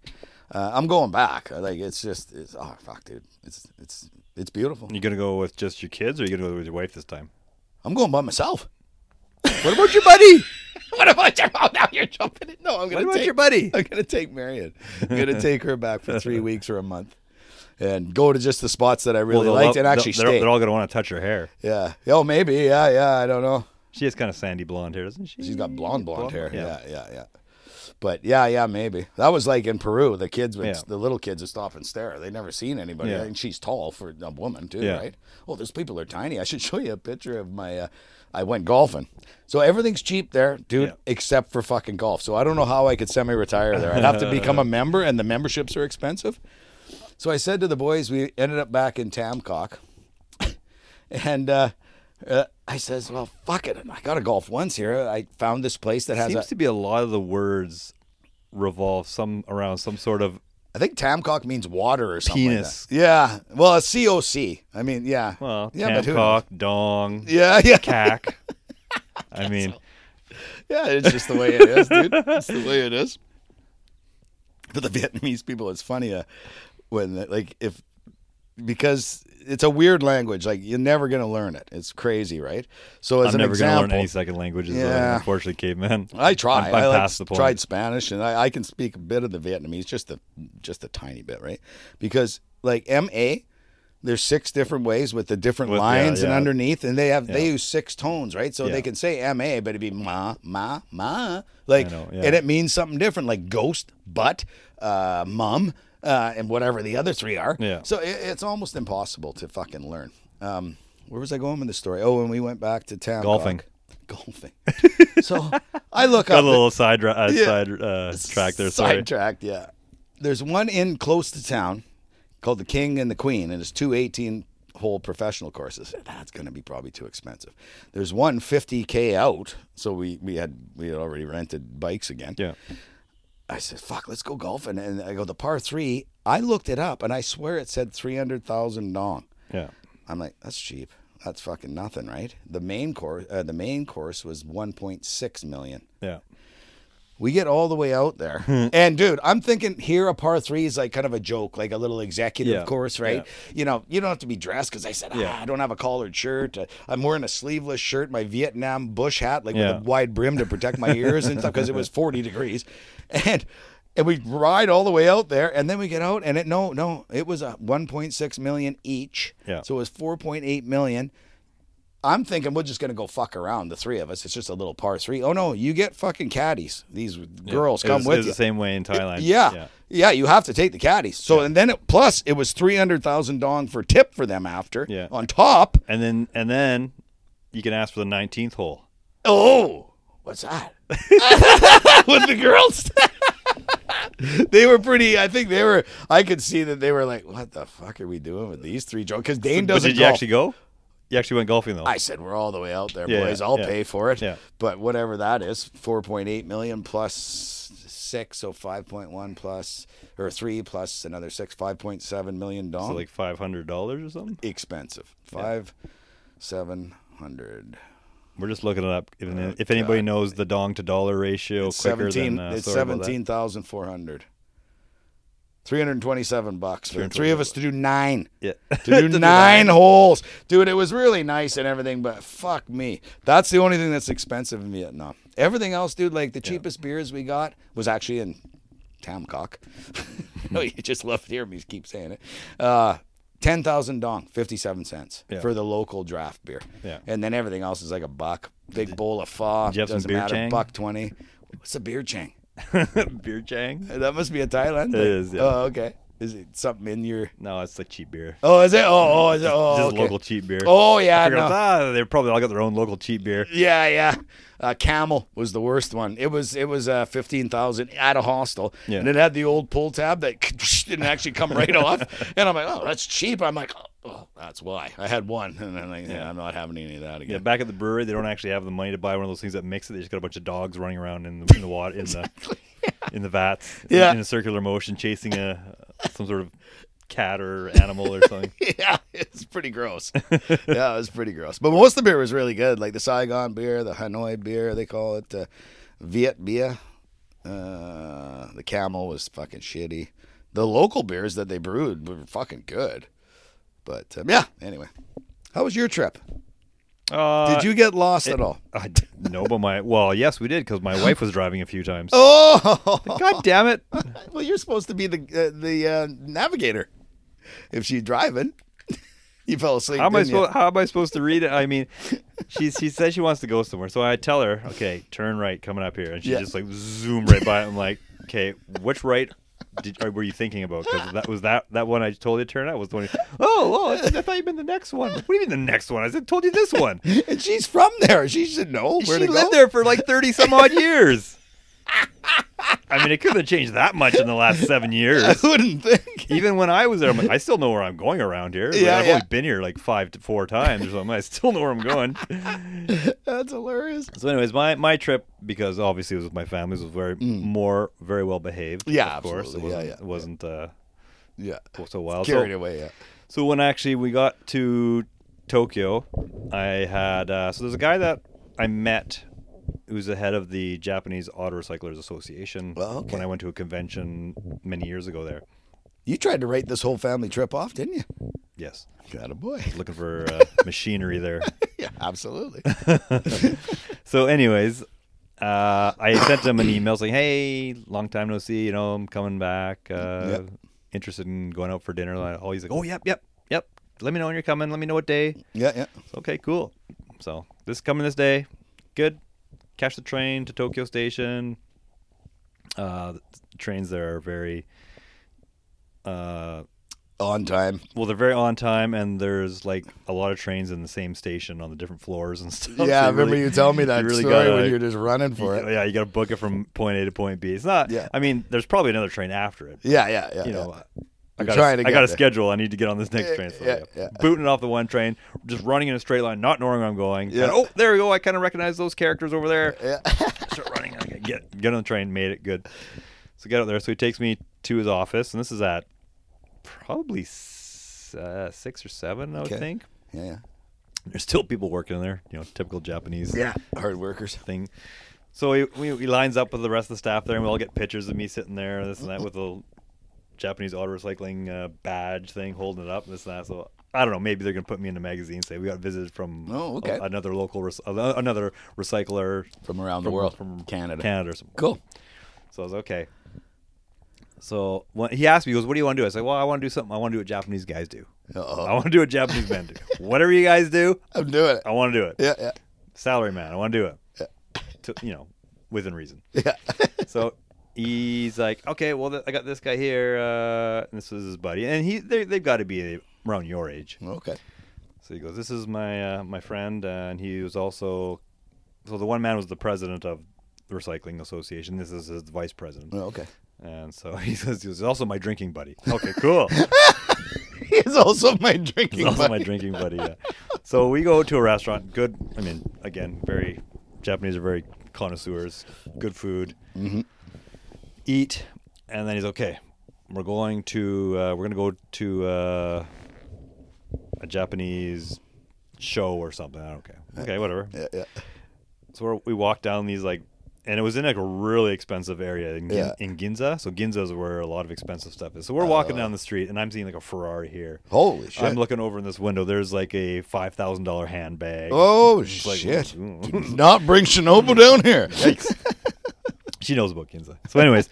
B: Uh, I'm going back. Like it's just, it's oh fuck, dude. It's it's it's beautiful.
A: You gonna go with just your kids, or you gonna go with your wife this time?
B: I'm going by myself. What about your buddy? what about your? Oh, now you're jumping in. No, I'm
A: What
B: gonna
A: about
B: take.
A: your buddy?
B: I'm gonna take Marion. I'm gonna take her back for three weeks or a month, and go to just the spots that I really
A: they'll
B: liked
A: all-
B: and actually
A: they're,
B: stay.
A: They're all gonna want to touch her hair.
B: yeah. Oh, maybe. Yeah. Yeah. I don't know.
A: She has kind of sandy blonde hair, doesn't she?
B: She's got blonde, blonde
A: Blonde,
B: hair. Yeah.
A: yeah.
B: yeah, yeah, But yeah, yeah, maybe that was like in Peru. The kids would,
A: Yeah.
B: the little kids would stop and stare. They never seen anybody,
A: Yeah.
B: and she's tall for a woman too,
A: Yeah.
B: right? Oh, those people are tiny. I should show you a picture of my. Uh, I went golfing, so everything's cheap there, dude,
A: Yeah.
B: except for fucking golf. So I don't know how I could semi-retire there. I'd have to become a member, and the memberships are expensive. So I said to the boys, we ended up back in Tamcock. And uh, uh, I says, "Well, fuck it. I got to golf once here. I found this place that has
A: Seems
B: a.
A: to be a lot of the words revolve some around some sort of
B: I think Tamcock means water or something. like
A: Penis.
B: that. Yeah. Well, it's COC. I mean, yeah.
A: well,
B: yeah,
A: yeah,
B: but who-
A: dong,
B: Yeah, yeah,
A: cack. I mean,
B: yeah. It's just the way it is, dude. It's the way it is. But the Vietnamese people, it's funny uh, when like if because it's a weird language. Like you're never gonna learn it. It's crazy, right? So as
A: I'm
B: an
A: never
B: example,
A: gonna learn any second languages.
B: Yeah.
A: Yeah. Unfortunately, caveman.
B: I try.
A: I'm,
B: I
A: I'm
B: like,
A: past the point.
B: tried Spanish, and I, I can speak a bit of the Vietnamese, just a just a tiny bit, right? Because like MA, there's six different ways with the different
A: With- yeah,
B: lines and
A: yeah.
B: underneath, and they have they use six tones, right? So
A: Yeah.
B: they can say MA, but it'd be ma ma ma, like,
A: I know, yeah.
B: and it means something different, like ghost, butt, uh, mum, uh, and whatever the other three are.
A: Yeah.
B: So it, it's almost impossible to fucking learn. Um, where was I going with the story? Oh, when we went back to town
A: Golfing.
B: golfing. so I look
A: Got
B: up
A: a little side ra- uh,
B: Yeah.
A: side uh, track there. Sorry.
B: Sidetracked, yeah. There's one in close to town called The King and the Queen, and it's two 18 hole professional courses. That's going to be probably too expensive. There's one 50K out, so we, we had we had already rented bikes again.
A: Yeah.
B: I said, fuck, let's go golfing. And I go, the par three, I looked it up and I swear it said 300,000 dong.
A: Yeah.
B: I'm like, that's cheap. That's fucking nothing, right? The main course, uh, the main course was 1.6 million.
A: Yeah.
B: We get all the way out there,
A: Hmm.
B: and dude, I'm thinking here a par three is like kind of a joke, like a little executive
A: Yeah,
B: course, right? You know, you don't have to be dressed because I said ah,
A: Yeah.
B: I don't have a collared shirt. Uh, I'm wearing a sleeveless shirt, my Vietnam bush hat, like
A: Yeah.
B: with a wide brim to protect my ears and stuff because it was 40 degrees, and and we ride all the way out there, and then we get out, and it no no, it was a 1.6 million each,
A: Yeah.
B: so it was 4.8 million. I'm thinking we're just gonna go fuck around, the three of us. It's just a little par three. Oh no, you get fucking caddies. These girls
A: It
B: come
A: was- it
B: with
A: was
B: you.
A: the same way in Thailand.
B: yeah. yeah, you have to take the caddies. So and then it, plus it was three hundred thousand dong for tip for them after.
A: Yeah.
B: On top.
A: And then and then you can ask for the 19th hole.
B: Oh, what's that? with the girls. They were pretty. I think they were. I could see that they were like, "What the fuck are we doing with these three jokes?" Because Dane
A: But
B: doesn't.
A: did you
B: golf.
A: actually go? You actually went golfing though.
B: I said, "We're all the way out there,
A: Yeah,
B: boys.
A: yeah,
B: I'll
A: yeah.
B: pay for it."
A: Yeah.
B: But whatever that is, four point eight million plus six, so five point one plus or three plus another six, five point seven million
A: so
B: dollars.
A: like $500 or something.
B: expensive. Five, seven hundred.
A: We're just looking it up. If, if anybody knows the dong to dollar ratio quicker
B: Seventeen.
A: than uh,
B: Oh, it's
A: sorry about that.
B: seventeen thousand four hundred. Three hundred twenty-seven bucks for the
A: 327
B: three of us to do nine.
A: Yeah.
B: to do nine holes. Dude, it was really nice and everything, but fuck me. That's the only thing that's expensive in Vietnam. Everything else, dude, like the cheapest beers we got was actually in Tamcock.
A: Hmm.
B: no, you just love hearing me keep saying it. Uh, 10,000 dong, 57 cents
A: Yeah.
B: for the local draft beer.
A: Yeah.
B: And then everything else is like a buck. Big bowl of pho.
A: Did you have some
B: Doesn't
A: beer
B: matter.
A: chang?
B: Buck 20. What's a beer chang?
A: beer chang?
B: That must be a Thailand thing.
A: is, yeah.
B: Oh, okay. Is it something in your.
A: No, it's like cheap beer.
B: Oh, is it? Oh, oh, is it? Oh,
A: just
B: okay.
A: local cheap beer.
B: Oh yeah,
A: I figured,
B: no.
A: ah, they probably all got their own local cheap beer.
B: yeah, yeah. Uh, Camel was the worst one. It was it was uh, fifteen thousand at a hostel,
A: Yeah.
B: and it had the old pull tab that didn't actually come right off. And I'm like, oh, that's cheap. I'm like, oh, oh, that's why I had one, and I'm like, yeah, I'm not having any of that
A: Yeah,
B: again.
A: back at the brewery, they don't actually have the money to buy one of those things that mix it. They just got a bunch of dogs running around in the, in the water, in the in the vats, in-
B: Yeah.
A: in a circular motion, chasing a some sort of cat or animal or something.
B: Yeah, it's pretty gross. yeah, it was pretty gross. But most of the beer was really good, like the Saigon beer, the Hanoi beer, they call it uh, Viet beer. Uh, the Camel was fucking shitty. The local beers that they brewed were fucking good. But um, yeah, anyway. How was your trip?
A: Uh,
B: Did you get lost at all?
A: I d- no, but my well, yes, we did because my wife was driving a few times.
B: Oh,
A: God damn it!
B: well, you're supposed to be the uh, the uh, navigator. If she's driving, you fell asleep.
A: How am I
B: didn't you?
A: supposed? How am I supposed to read it? I mean, she she says she wants to go somewhere, so I tell her, okay, turn right, coming up here, and she
B: Yeah.
A: just like zoom right by. it. I'm like, okay, which right? Did, or were you thinking about? Because that was that that one I told you to turn out was the one. Oh, well, I, I thought you meant the next one. What do you mean the next one? I said told you this one.
B: And she's from there. She should know where
A: she
B: to
A: lived
B: go.
A: there for like thirty some odd years. I mean, it couldn't have changed that much in the last seven years.
B: I wouldn't think.
A: Even when I was there, I'm like, I still know where I'm going around here. Like,
B: Yeah,
A: I've
B: yeah.
A: only been here like five to four times or something. I still know where I'm going.
B: That's hilarious.
A: So, anyways, my, my trip because obviously it was with my family was very more very well behaved.
B: Mm. Yeah,
A: of course,
B: absolutely. Yeah,
A: it wasn't
B: yeah,
A: it wasn't uh,
B: Yeah.
A: so wild.
B: Carried
A: So,
B: away. Yeah.
A: so when actually we got to Tokyo, I had uh, so there's a guy that I met who's the head of the Japanese Auto Recyclers Association
B: Well, okay.
A: when I went to a convention many years ago there.
B: You tried to write this whole family trip off, didn't you?
A: Yes,
B: Got a boy.
A: looking for uh, machinery there.
B: yeah, absolutely.
A: So, anyways, uh, I sent him an email saying, "Hey, long time no see. You know, I'm coming back. Uh,
B: Yep.
A: Interested in going out for dinner?" Like, Oh, he's like, "Oh, yep, yep, yep. Let me know when you're coming. Let me know what day."
B: yeah, yeah.
A: Okay, cool. So this coming this day, good. Catch the train to Tokyo Station. Uh, the trains there are very uh
B: On time.
A: well they're very on time and there's like a lot of trains in the same station on the different floors and stuff
B: yeah, I
A: So
B: remember
A: really-
B: Oh, you telling me that
A: really
B: story
A: gotta-
B: when you're just running for
A: you-
B: it.
A: Yeah, you got to book it from point A to point B. It's not.
B: Yeah.
A: I mean, there's probably another train after it.
B: Yeah, yeah, yeah.
A: You
B: yeah.
A: know, I
B: You're
A: got,
B: trying
A: a,
B: to
A: I
B: get
A: got a
B: there.
A: schedule. I need to get on this next
B: Yeah,
A: train. So
B: yeah,
A: yeah,
B: yeah.
A: Booting it off the one train, just running in a straight line, not knowing where I'm going.
B: Yeah.
A: And, oh, there we go. I kind of recognize those characters over there.
B: Yeah.
A: Start running. I get get on the train. Made it good. So get out there. So he takes me to his office, and this is at probably s- uh, six or seven, I would
B: Okay.
A: think.
B: yeah.
A: There's still people working in there. You know, typical Japanese
B: Hard workers.
A: thing. So he, we, he lines up with the rest of the staff there, and we all get pictures of me sitting there, and this and that, with a Japanese auto recycling uh, badge thing, holding it up, and this and that. So I don't know. Maybe they're gonna put me in a magazine. Say we got visited from
B: Oh, okay.
A: a- another local rec- uh, another recycler
B: From around the
A: From-
B: world.
A: from
B: Canada.
A: Canada or something.
B: Cool.
A: So I was okay. So when he asked me, he goes, "What do you want to do?" I said, "Well, I want to do something. I want to do what Japanese guys do. I
B: Uh-oh.
A: want to do what Japanese men do. Whatever you guys do,
B: I'm doing it.
A: I want to do it.
B: Yeah, yeah.
A: Salary man, I want to do it. To, you know, within reason.
B: Yeah.
A: so he's like, okay, well, th- I got this guy here, uh, and this is his buddy, and he they, they've got to be around your age.
B: okay.
A: So he goes, this is my uh, my friend, uh, and he was also, so the one man was the president of the recycling association. This is his vice president,
B: Well, okay.
A: and so he says he was also my drinking buddy. Okay, cool.
B: He's also my drinking
A: He's also my
B: buddy.
A: drinking buddy. Yeah. So we go to a restaurant. Good. I mean, again, very Japanese are very connoisseurs. Good food. Mm-hmm. Eat, and then he's okay. We're going to uh, we're gonna go to uh, a Japanese show or something. I don't care. Okay, whatever.
B: Uh, Yeah, yeah.
A: So we're, we walked down these like, and it was in like a really expensive area in, Gin-
B: Yeah.
A: in Ginza. So Ginza is where a lot of expensive stuff is. So we're
B: Oh.
A: walking down the street, and I'm seeing like a Ferrari here.
B: Holy shit.
A: I'm looking over in this window. There's like a five thousand dollar handbag.
B: oh,
A: It's like,
B: shit.
A: ooh.
B: Do Not bring Chernobyl down here.
A: Yikes. she knows about Ginza. So, anyways,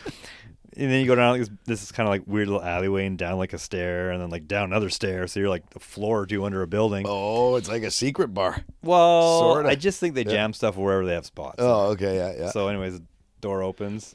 A: and then you go down like this, this is kind of like weird little alleyway and down like a stair and then like down another stair. So you're like a floor or two under a building.
B: Oh, it's like a secret bar.
A: well,
B: sorta.
A: I just think they jam stuff wherever they have spots.
B: Oh, okay. Yeah, yeah.
A: So, anyways, door opens,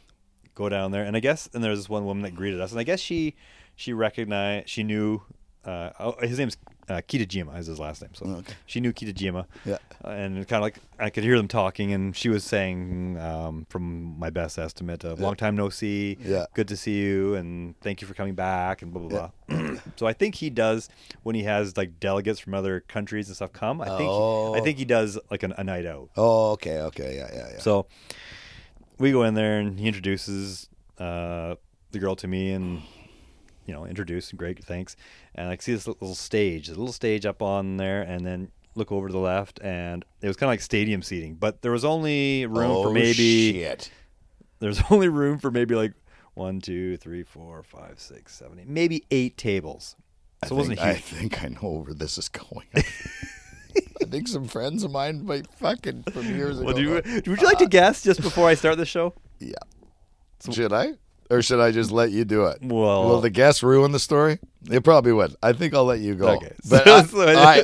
A: go down there, and I guess and there's this one woman that greeted us, and I guess she she recognized she knew uh, oh, his name's uh, Kitajima is his last name, so
B: Okay.
A: she knew Kitajima.
B: Yeah.
A: and kind of like I could hear them talking, and she was saying, um, from my best estimate, uh, long time no see,
B: Yeah.
A: good to see you, and thank you for coming back, and blah blah blah. so I think he does when he has like delegates from other countries and stuff come. I think he,
B: Oh.
A: I think he does like an, a night out.
B: oh, okay. Okay. Yeah, yeah, yeah.
A: So we go in there and he introduces uh, the girl to me and you know introduce great thanks and I see this little stage, this little stage up on there, and then look over to the left and it was kind of like stadium seating, but there was only room
B: oh,
A: for maybe
B: Shit.
A: there's only room for maybe like one, two, three, four, five, six, seven, eight, maybe eight tables. So it wasn't
B: think,
A: a
B: I
A: huge.
B: think I know where this is going. I think some friends of mine might fucking from years ago.
A: Well, do you,
B: go,
A: would you like to guess just before I start the show?
B: yeah. should I? Or should I just let you do it?
A: Well-
B: Will the guess ruin the story? It probably would. I think I'll let you go.
A: Okay.
B: But
A: So-
B: I,
A: so-
B: I-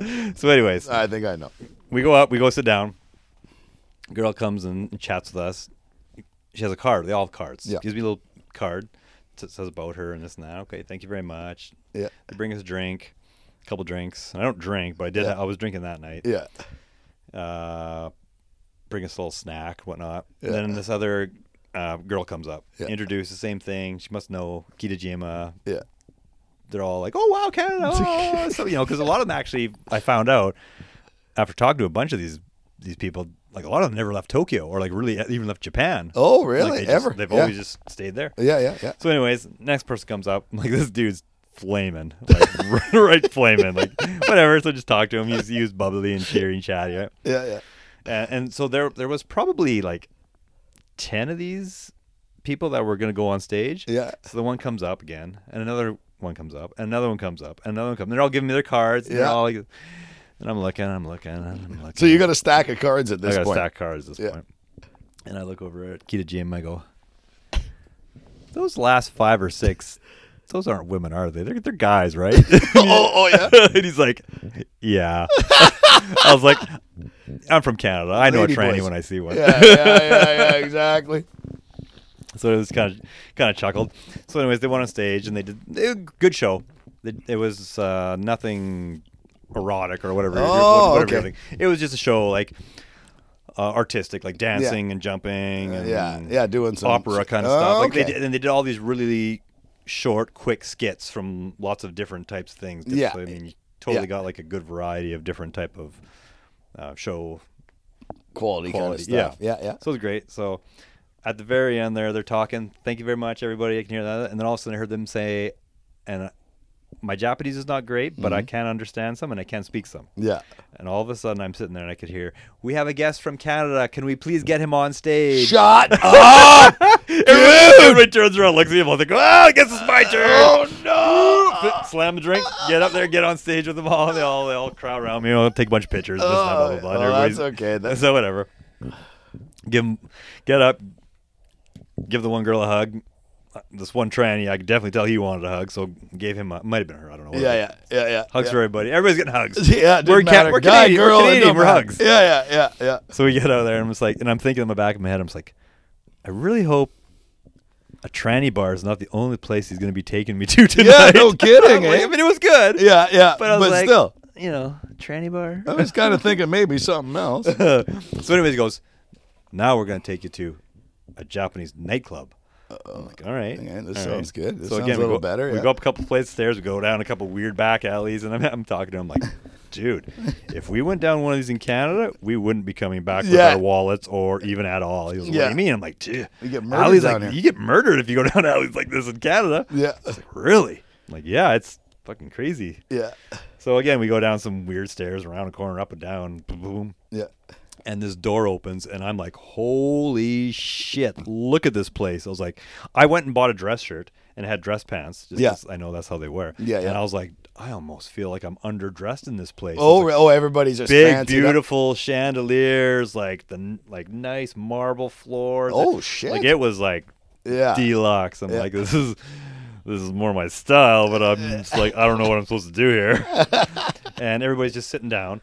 B: it,
A: So, anyways,
B: I think I know.
A: we go up, we go sit down. Girl comes and chats with us. She has a card. They all have cards.
B: Yeah.
A: Gives me a little card. It says about her and this and that. Okay, thank you very much.
B: Yeah.
A: They bring us a drink, a couple drinks. And I don't drink, but I did.
B: Yeah.
A: I was drinking that night.
B: Yeah.
A: Uh, bring us a little snack, whatnot.
B: Yeah.
A: And then this other uh, girl comes up,
B: Yeah.
A: introduced the same thing. She must know Kitajima.
B: Yeah.
A: They're all like, "Oh wow, Canada!" oh." so you know, because a lot of them actually, I found out after talking to a bunch of these these people, like a lot of them never left Tokyo or like really even left Japan.
B: Oh,
A: Like,
B: really?
A: they just-
B: Ever?
A: They've
B: yeah.
A: always just stayed there.
B: Yeah, yeah, yeah.
A: So, anyways, next person comes up. Like this dude's flaming, like right, right flaming, like whatever. So just talk to him. He's he was bubbly and cheery and chatty, right?
B: Yeah, yeah.
A: And, and so there there was probably like ten of these people that were going to go on stage.
B: Yeah.
A: So the one comes up again, and another one comes up, and another one comes up, and another one comes. They're all giving me their cards. And
B: Yeah.
A: They're all like, and I'm looking, I'm looking, I'm looking.
B: So you got a stack of cards at this
A: I got
B: point.
A: a stack cards at this
B: Yeah.
A: point. And I look over at Kita Jim. I go, those last five or six, those aren't women, are they? They're, they're guys, right?
B: oh, oh, yeah.
A: and he's like, yeah. I was like, I'm from Canada. I know
B: Lady
A: a tranny
B: boys.
A: when I see one.
B: Yeah, yeah, yeah, yeah, exactly.
A: So it was kind of kind of chuckled. So, anyways, they went on stage and they did they, good show. It, it was uh, nothing erotic or whatever.
B: Oh,
A: whatever you
B: okay.
A: think. It was just a show like uh, artistic, like dancing and jumping and
B: Uh, Yeah, yeah, doing some
A: opera kind of stuff.
B: Oh,
A: Like they
B: okay.
A: did, and they did all these really short, quick skits from lots of different types of things.
B: Yeah.
A: So, I mean, you totally
B: Yeah.
A: got like a good variety of different type of uh, show
B: Quality, kind of
A: quality.
B: stuff. Yeah, yeah.
A: So it was great. So at the very end there, they're talking, thank you very much, everybody. I can hear that. And then all of a sudden I heard them say, and uh, my Japanese is not great, but I
B: Mm-hmm.
A: can understand some and I can speak some.
B: Yeah.
A: And all of a sudden I'm sitting there and I could hear, we have a guest from Canada. Can we please get him on stage?
B: Shut up!
A: Everybody, everybody turns around, looks at him, like, oh, I guess it's my turn. Oh no! Slam the drink, get up there, get on stage with them all. They all they all crowd around me, you know, take a bunch of pictures. this and that, blah, blah, blah.
B: Oh, that's
A: Everybody's-
B: okay. That's-
A: so whatever. Give 'em- get up, give the one girl a hug. This one tranny, I could definitely tell he wanted a hug, so gave him. a Might have been her. I don't know.
B: yeah, yeah, yeah, yeah.
A: Hugs
B: yeah.
A: for everybody. Everybody's getting hugs.
B: Yeah, it
A: we're
B: didn't
A: Ca-
B: matter.
A: we're
B: Guy,
A: Canadian.
B: girl, it
A: we're Canadian.
B: don't
A: We're
B: matter.
A: hugs.
B: Yeah, yeah, yeah, yeah.
A: So we get out there, and I'm just like, and I'm thinking in the back of my head, I'm just like, I really hope a tranny bar is not the only place he's going to be taking me to
B: Yeah,
A: tonight.
B: no kidding,
A: Like,
B: eh?
A: I mean, it was good.
B: Yeah, yeah.
A: but I was like,
B: still, Uh,
A: you know, tranny bar.
B: I was kind of thinking maybe something else.
A: so, anyways, he goes, now we're going to take you to a Japanese nightclub. I'm like, all right,
B: Okay, this
A: all
B: sounds good. This
A: so
B: sounds
A: again,
B: a
A: we
B: little
A: go,
B: better,
A: We
B: yeah.
A: go up a couple flights of stairs. We go down a couple weird back alleys, and I'm, I'm talking to him like, dude, if we went down one of these in Canada, we wouldn't be coming back with
B: Yeah.
A: our wallets or even at all. He was like, what
B: Yeah.
A: do you mean? I'm like, dude,
B: You get murdered
A: alleys
B: down
A: like
B: here."
A: you get murdered if you go down alleys like this in Canada.
B: Yeah,
A: He's like, really? I'm like, yeah, it's fucking crazy.
B: yeah,
A: So again, we go down some weird stairs, around a corner, up and down, boom, boom
B: yeah.
A: and this door opens and I'm like, holy shit, look at this place. I was like, I went and bought a dress shirt and had dress pants. Just
B: Yeah.
A: 'cause I know that's how they wear.
B: Yeah,
A: And
B: yeah.
A: I was like, I almost feel like I'm underdressed in this place.
B: Oh,
A: It's like
B: re- oh, everybody's just
A: Big,
B: fancied up.
A: beautiful chandeliers, like the n- like nice marble floors.
B: Oh, shit.
A: Like it was like
B: Yeah,
A: deluxe. I'm
B: Yeah.
A: like, this is this is more my style, but I'm just like, I don't know what I'm supposed to do here. and everybody's just sitting down.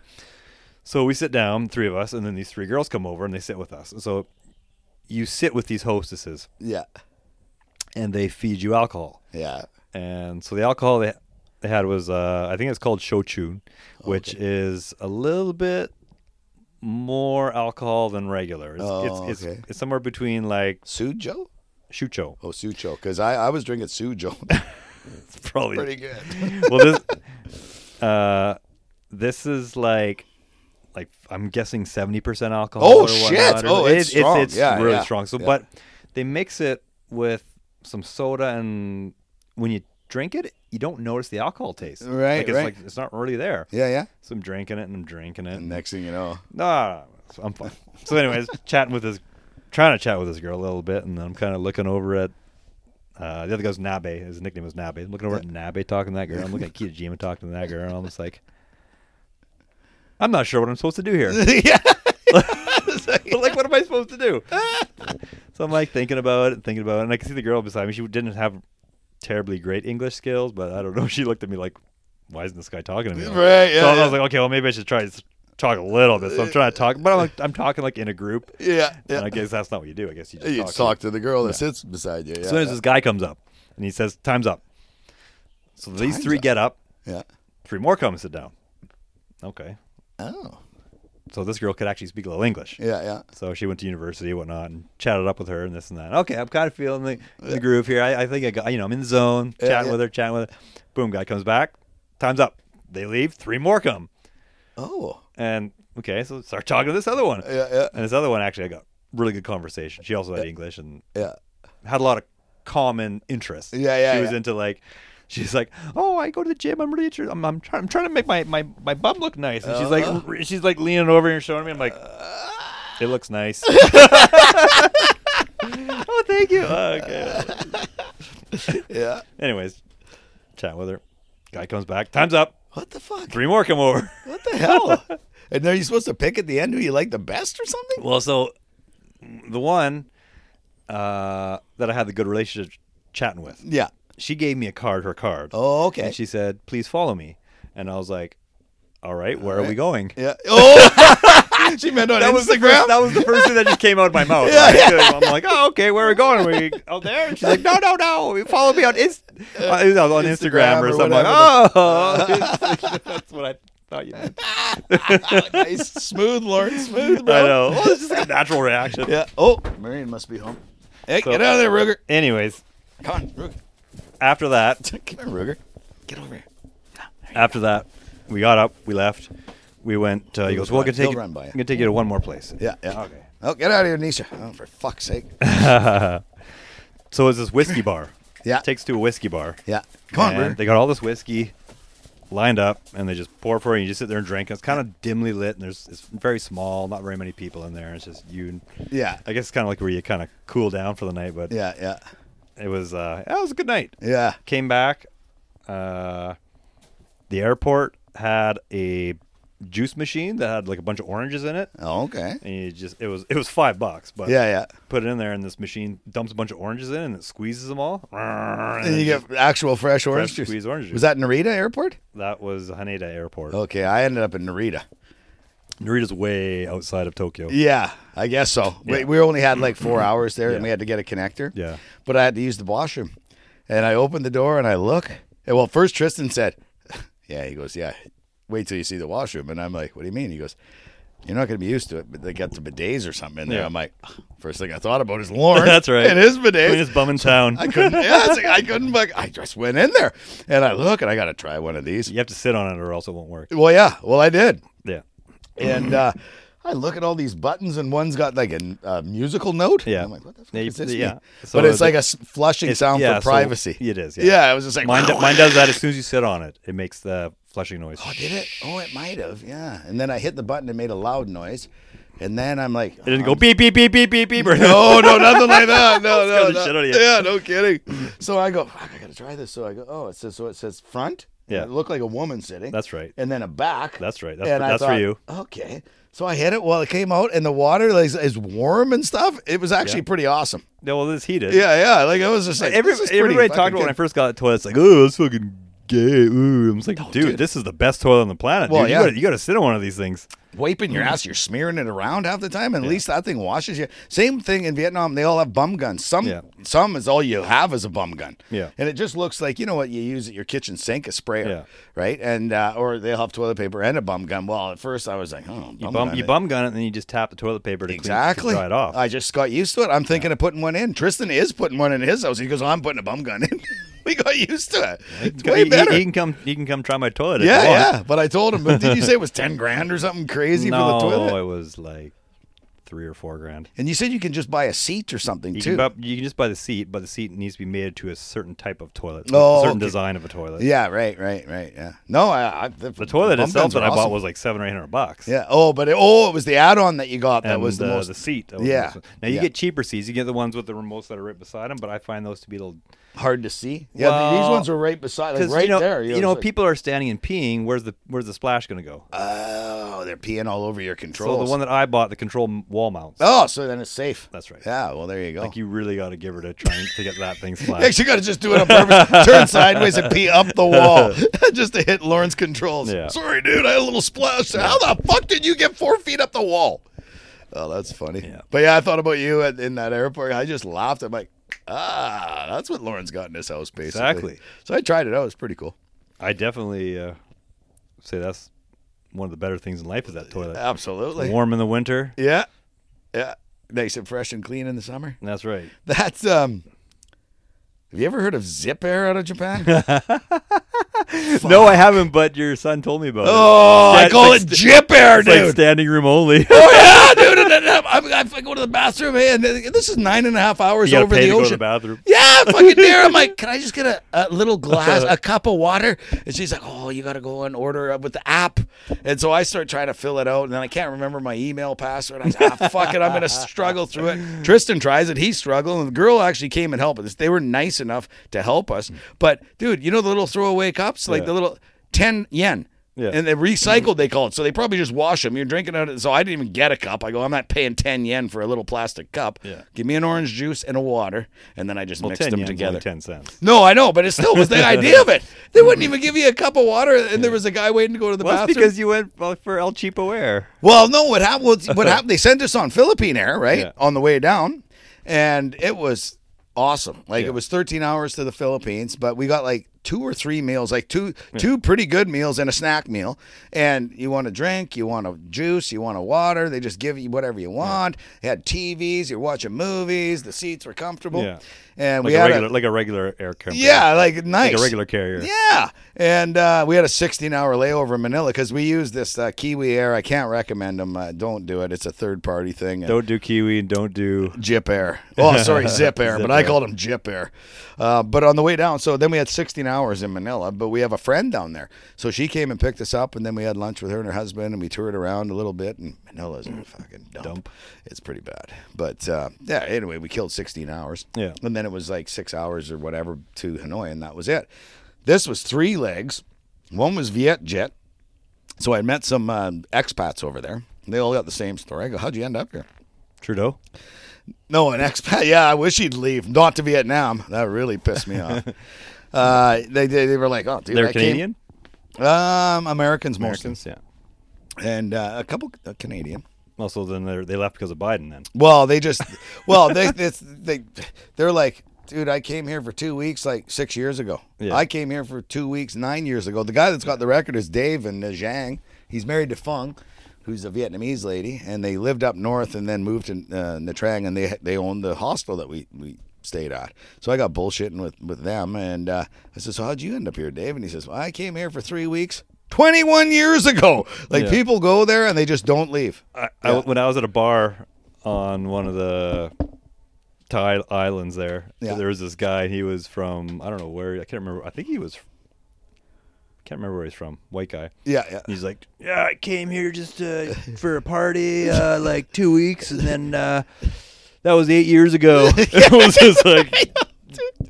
A: So we sit down, three of us, and then these three girls come over and they sit with us. So you sit with these hostesses
B: yeah,
A: and they feed you alcohol.
B: yeah.
A: And so the alcohol they, they had was, uh, I think it's called shochu,
B: Oh,
A: which is a little bit more alcohol than regular. It's,
B: Oh,
A: it's,
B: okay.
A: it's, it's somewhere between like
B: Sujo?
A: shucho.
B: Oh, Sucho, because I, I was drinking Sujo.
A: It's probably
B: Pretty good.
A: well this uh this is like like i'm guessing 70% alcohol
B: Oh,
A: or
B: shit.
A: whatnot, or-
B: Oh,
A: it-
B: it's strong.
A: it's,
B: Yeah,
A: really
B: yeah,
A: strong so
B: yeah.
A: but they mix it with some soda and when you drink it you don't notice the alcohol taste
B: Right,
A: like it's
B: right.
A: like it's not really there
B: Yeah, yeah.
A: so i'm drinking it and i'm drinking it
B: And next thing you know,
A: no, no, no, no. So I'm fine. So, anyways, chatting with this, trying to chat with this girl a little bit, and I'm kind of looking over at uh, the other guy's Nabe. His nickname was Nabe. I'm looking over at Nabe talking to that girl. I'm looking at Kitajima talking to that girl, and I'm just like, I'm not sure what I'm supposed to do here.
B: yeah,
A: like, what am I supposed to do? so I'm like thinking about it, thinking about it, and I can see the girl beside me. She didn't have terribly great English skills, but I don't know. She looked at me like, "Why isn't this guy talking to me?"
B: Right, yeah,
A: So I
B: yeah.
A: was like, "Okay, well, maybe I should try to s- talk a little bit." So I'm trying to talk, but I'm like, I'm talking like in a group.
B: yeah,
A: And
B: yeah.
A: I guess that's not what you do. I guess you just
B: You
A: talk.
B: talk to the girl that sits beside you. Yeah,
A: As soon as this guy comes up and he says, "Time's up," so these
B: Time's
A: three
B: up.
A: get up.
B: yeah.
A: Three more come and sit down. Okay,
B: Oh,
A: so this girl could actually speak a little English.
B: yeah, yeah.
A: So she went to university and whatnot and chatted up with her and this and that. Okay, I'm kind of feeling the, the groove here. I, I think I got, you know, I'm in the zone,
B: Yeah,
A: chatting
B: yeah.
A: with her, chatting with her. Boom, guy comes back. Time's up. They leave. Three more come.
B: Oh,
A: And okay, so start talking to this other one.
B: yeah, yeah,
A: And this other one, actually, I got really good conversation. She also had English and
B: yeah.
A: had a lot of common interests.
B: Yeah, yeah,
A: She was
B: yeah.
A: into like, she's like, oh, I go to the gym. I'm really interested. I'm, I'm trying. I'm trying to make my my my bum look nice. And she's
B: Uh-huh.
A: like, re- she's like leaning over and showing me. I'm like, it looks nice. oh, thank you. Oh, okay.
B: Yeah.
A: Anyways, chat with her. Guy comes back. Time's up.
B: What the fuck?
A: Three more come over.
B: What the hell? and are you supposed to pick at the end who you like the best or something?
A: Well, so the one uh, that I had the good relationship chatting with,
B: Yeah.
A: she gave me a card, her card.
B: Oh, okay.
A: And she said, please follow me. And I was like, all right, where are we
B: right.
A: going?
B: yeah. Oh, she meant on
A: That was, the first, that was the first thing that just came out of my mouth.
B: Yeah,
A: right? So I'm like, oh, okay, where are we going? Are we out there? And she's like, no, no, no. You Follow me on, Inst- I was on Instagram,
B: Instagram
A: or
B: or
A: something. I'm like, oh, that's what I thought you meant.
B: nice, smooth, Lord, smooth, bro.
A: I know. Well, it's just like a natural reaction.
B: Yeah. Oh, Marion must be home. Hey,
A: So-
B: get out of there, Ruger.
A: Anyways,
B: Come on, Ruger.
A: after that,
B: Come here, Ruger. Get over here.
A: after that, we got up, we left, we went. Uh, he
B: He'll
A: goes, "Well, I
B: run-
A: can take
B: he'll
A: you,
B: run by you."
A: I'm gonna take you to one more place."
B: Yeah, yeah.
A: Okay.
B: Oh, get out of here, Nisha. Oh, for fuck's sake.
A: So it's this whiskey bar.
B: Yeah.
A: Takes to a whiskey bar.
B: Yeah. Come
A: And
B: on, Ruger.
A: They got all this whiskey lined up, and they just pour for you. And you just sit there and drink. It's kind of dimly lit, and there's it's very small, not very many people in there. It's just you. And,
B: Yeah.
A: I guess it's kind of like where you kind of cool down for the night, but
B: Yeah, yeah.
A: it was uh, it was a good night.
B: Yeah.
A: Came back. Uh, the airport had a juice machine that had like a bunch of oranges in it,
B: Oh, okay.
A: and you just it was it was five bucks, but
B: Yeah, yeah.
A: Put it in there, and this machine dumps a bunch of oranges in, and it squeezes them all. And
B: And
A: it
B: you
A: just-
B: get actual fresh orange
A: Fresh
B: juice.
A: squeezed orange
B: Was
A: juice.
B: that Narita Airport?
A: that was Haneda Airport.
B: Okay, I ended up in Narita.
A: Narita's way outside of Tokyo.
B: Yeah, I guess so. We,
A: Yeah.
B: we only had like four hours there, and
A: Yeah.
B: we had to get a connector.
A: Yeah.
B: but I had to use the washroom, and I opened the door and I look. And well, first Tristan said, "Yeah," he goes, "Yeah, wait till you see the washroom," and I'm like, "What do you mean?" He goes. You're not going to be used to it, but they got the bidets or something in there.
A: Yeah.
B: I'm like, first thing I thought about is Lauren.
A: That's right.
B: And his bidets.
A: Cleanest bum in town.
B: I couldn't. Yeah, it's like, I couldn't. Like, I just went in there, and I look, and I got to try one of these.
A: you have to sit on it or else it won't work.
B: Well, yeah. Well, I did
A: Yeah.
B: and uh, I look at all these buttons, and one's got like a n- a musical note.
A: Yeah.
B: I'm like, what the fuck
A: Yeah, you-
B: is this?
A: yeah.
B: mean?
A: So
B: but it's
A: the-
B: like a s- flushing
A: It's-
B: sound
A: yeah,
B: for
A: so
B: privacy.
A: it is, yeah.
B: Yeah, I was just like,
A: Mine, do- mine does that as soon as you sit on it. It makes the flushing noise.
B: Oh, did it? Oh, it might have. Yeah. And then I hit the button, it made a loud noise, and then I'm like, "Uh,
A: It didn't go beep beep beep beep beep beep. Or
B: No, no, nothing like that. No, no,
A: scared the
B: no.
A: shit out of you.
B: Yeah, no kidding. So I go, fuck, I gotta try this. So I go, oh, it says so it says front. and
A: Yeah.
B: It looked like a woman sitting.
A: That's right.
B: And then a back.
A: That's right. That's-
B: And I
A: that's for
B: thought,
A: you.
B: Okay. So I hit it while it came out, and the water like, is warm and stuff. It was actually
A: Yeah.
B: pretty awesome.
A: No, well, it's heated.
B: Yeah, yeah. Like I was just like
A: Every,
B: this is pretty
A: everybody
B: fucking
A: talked about when I
B: good.
A: first got the toilet. It's like, oh, that's fucking gay. Ooh, I was like, dude,
B: dude.
A: this is the best toilet on the planet.
B: Well,
A: dude.
B: yeah.
A: You gotta, you gotta sit on one of these things.
B: wiping your ass. You're smearing it around half the time, and at least that thing washes you. Same thing in Vietnam. They all have bum guns. Some
A: Yeah.
B: some is all you have is a bum gun.
A: Yeah.
B: and it just looks like you know what you use at your kitchen sink, a sprayer,
A: Yeah.
B: right? And uh, or they'll have toilet paper and a bum gun. Well, at first I was like, oh, bum
A: You bum,
B: gun.
A: you bum gun it, and then you just tap the toilet paper to
B: Exactly.
A: clean, to dry it off.
B: I just got used to it. I'm thinking of putting one in. Tristan is putting one in his house. He goes, I'm putting a bum gun in. we got used to it. It's way
A: he, he-
B: better.
A: He, can come. He can come try my toilet. if
B: Yeah,
A: you want.
B: yeah. But I told him, did you say it was 10 grand or something crazy
A: no,
B: for the toilet?
A: it was like three or four grand.
B: And you said you can just buy a seat or something
A: You can,
B: too.
A: buy, you can just buy the seat, but the seat needs to be made to a certain type of toilet, a
B: Oh,
A: certain
B: okay.
A: design of a toilet.
B: yeah, right, right, right. Yeah. No, I, I the,
A: The toilet
B: bum
A: itself
B: guns
A: that
B: were
A: I bought
B: awesome.
A: was like seven or eight hundred bucks.
B: yeah. Oh, but it, oh, it was the add-on that you got that
A: and uh,
B: was the, most.
A: seat. that
B: yeah,
A: most- Now you
B: yeah.
A: get cheaper seats. You get the ones with the remotes that are right beside them, but I find those to be a little
B: hard to see. Yeah, th- these
A: Well,
B: ones are right beside, like
A: because
B: right
A: you know
B: there.
A: you,
B: it's
A: know
B: like,
A: people are standing and peeing. Where's the where's the splash going to go?
B: Oh, they're peeing all over your
A: so
B: controls.
A: the one that I bought, the control m- wall mounts.
B: oh, so then it's safe.
A: That's right.
B: Yeah. Well, there you go.
A: Like you really got to give her to try and- to get that thing
B: You
A: splashed.
B: actually got to just do it on purpose. Turn sideways and pee up the wall just to hit Lauren's controls.
A: Yeah.
B: Sorry, dude, I had a little splash. How the fuck did you get four feet up the wall? Oh, that's funny.
A: Yeah.
B: But yeah, I thought about you at, in that airport. I just laughed. I'm like, ah, that's what Lauren's got in this house, basically.
A: Exactly.
B: So I tried it out. It's pretty cool.
A: I definitely uh, say that's one of the better things in life is that toilet.
B: Absolutely.
A: Warm in the winter.
B: Yeah. Yeah. Nice and fresh and clean in the summer.
A: That's right.
B: That's um. Have you ever heard of Zip Air out of Japan?
A: No, I haven't, but your son told me about
B: Oh, I
A: That's
B: call
A: like
B: it
A: st-
B: Jip Air,
A: it. It's like
B: dude.
A: standing room only.
B: Oh yeah, dude. And then I'm, I'm, I go to the bathroom, hey, and this is nine and a half hours
A: you gotta
B: over
A: pay
B: the
A: to go to
B: ocean.
A: the bathroom.
B: yeah, fucking dear. I'm like, can I just get a, a little glass, a cup of water? And she's like, oh, you got to go and order up with the app. And so I start trying to fill it out, and then I can't remember my email password. I was ah, fuck it, I'm gonna struggle through it. Tristan tries it, he's struggling. The girl actually came and helped us. They were nice enough to help us. But dude, you know the little throwaway cups,
A: Mm.
B: like
A: Yeah.
B: the little ten yen.
A: Yeah.
B: And they recycled, they call it. So they probably just wash them. You're drinking out of So I didn't even get a cup. I go, I'm not paying 10 yen for a little plastic cup.
A: Yeah.
B: Give me an orange juice and a water. And then I just mixed
A: 10
B: them
A: yen's only
B: together.
A: 10 cents.
B: No, I know, but it still was the idea of it. They wouldn't even give you a cup of water, and there was a guy waiting to go to the
A: Well, that's
B: bathroom.
A: because you went well, for El Cheapo Air.
B: well, no, what happened? Was, what happened? They sent us on Philippine Air, right,
A: Yeah.
B: on the way down, and it was awesome. Like it was 13 hours to the Philippines, but we got like two or three meals, like two two pretty good meals and a snack meal. And you want a drink, you want a juice, you want a water. They just give you whatever you want. They had TVs, you're watching movies. The seats were comfortable.
A: Yeah.
B: and
A: Like
B: we
A: a
B: had
A: regular,
B: a,
A: like a regular air carrier.
B: yeah, like nice,
A: like a regular carrier.
B: Yeah, and uh, we had a 16-hour layover in Manila because we used this uh, Kiwi Air. I can't recommend them. Uh, don't do it. It's a third-party thing. And
A: Don't do kiwi. Don't do.
B: Jip Air. Oh, sorry, Zip Air, but I
A: Air.
B: called them Jip Air. Uh, but on the way down, so then we had 16 hours in Manila, but we have a friend down there. So she came and picked us up, and then we had lunch with her and her husband, and we toured around a little bit. And Manila's a fucking dump. It's pretty bad. But uh, yeah, anyway, we killed 16 hours.
A: Yeah.
B: And then it was like six hours or whatever to Hanoi, and that was it. This was three legs. One was Viet Jet. So I met some um, expats over there. They all got the same story. I go, how'd you end up here?
A: Trudeau.
B: No, an expat. Yeah, I wish he'd leave. Not to Vietnam. That really pissed me off. Uh, they, they they were like, oh, dude,
A: They're
B: I came-
A: Canadian.
B: Um, Americans, mostly,
A: Americans. Yeah.
B: and uh, a couple uh, Canadian.
A: Also, then they they left because of Biden. Then
B: Well, they just, well, they they they they're like, dude, I came here for two weeks, like six years ago.
A: Yeah.
B: I came here for two weeks, nine years ago. The guy that's got the record is Dave and uh, Zhang. He's married to Fung, who's a Vietnamese lady, and they lived up north and then moved to uh, Nha Trang, and they they owned the hostel that we we stayed at. So I got bullshitting with with them, and uh, I said, so how'd you end up here, Dave? And he says, well, I came here for three weeks. 21 years ago. Like
A: Yeah.
B: people go there and they just don't leave.
A: I, I- when I was at a bar on one of the Thai islands there,
B: Yeah.
A: there was this guy. He was from I don't know where. I can't remember. I think he was. Can't remember where he's from. White guy.
B: Yeah, yeah.
A: He's like,
C: Yeah, I came here just uh, for a party, uh, like two weeks, and then uh,
A: that was eight years ago. it was just like,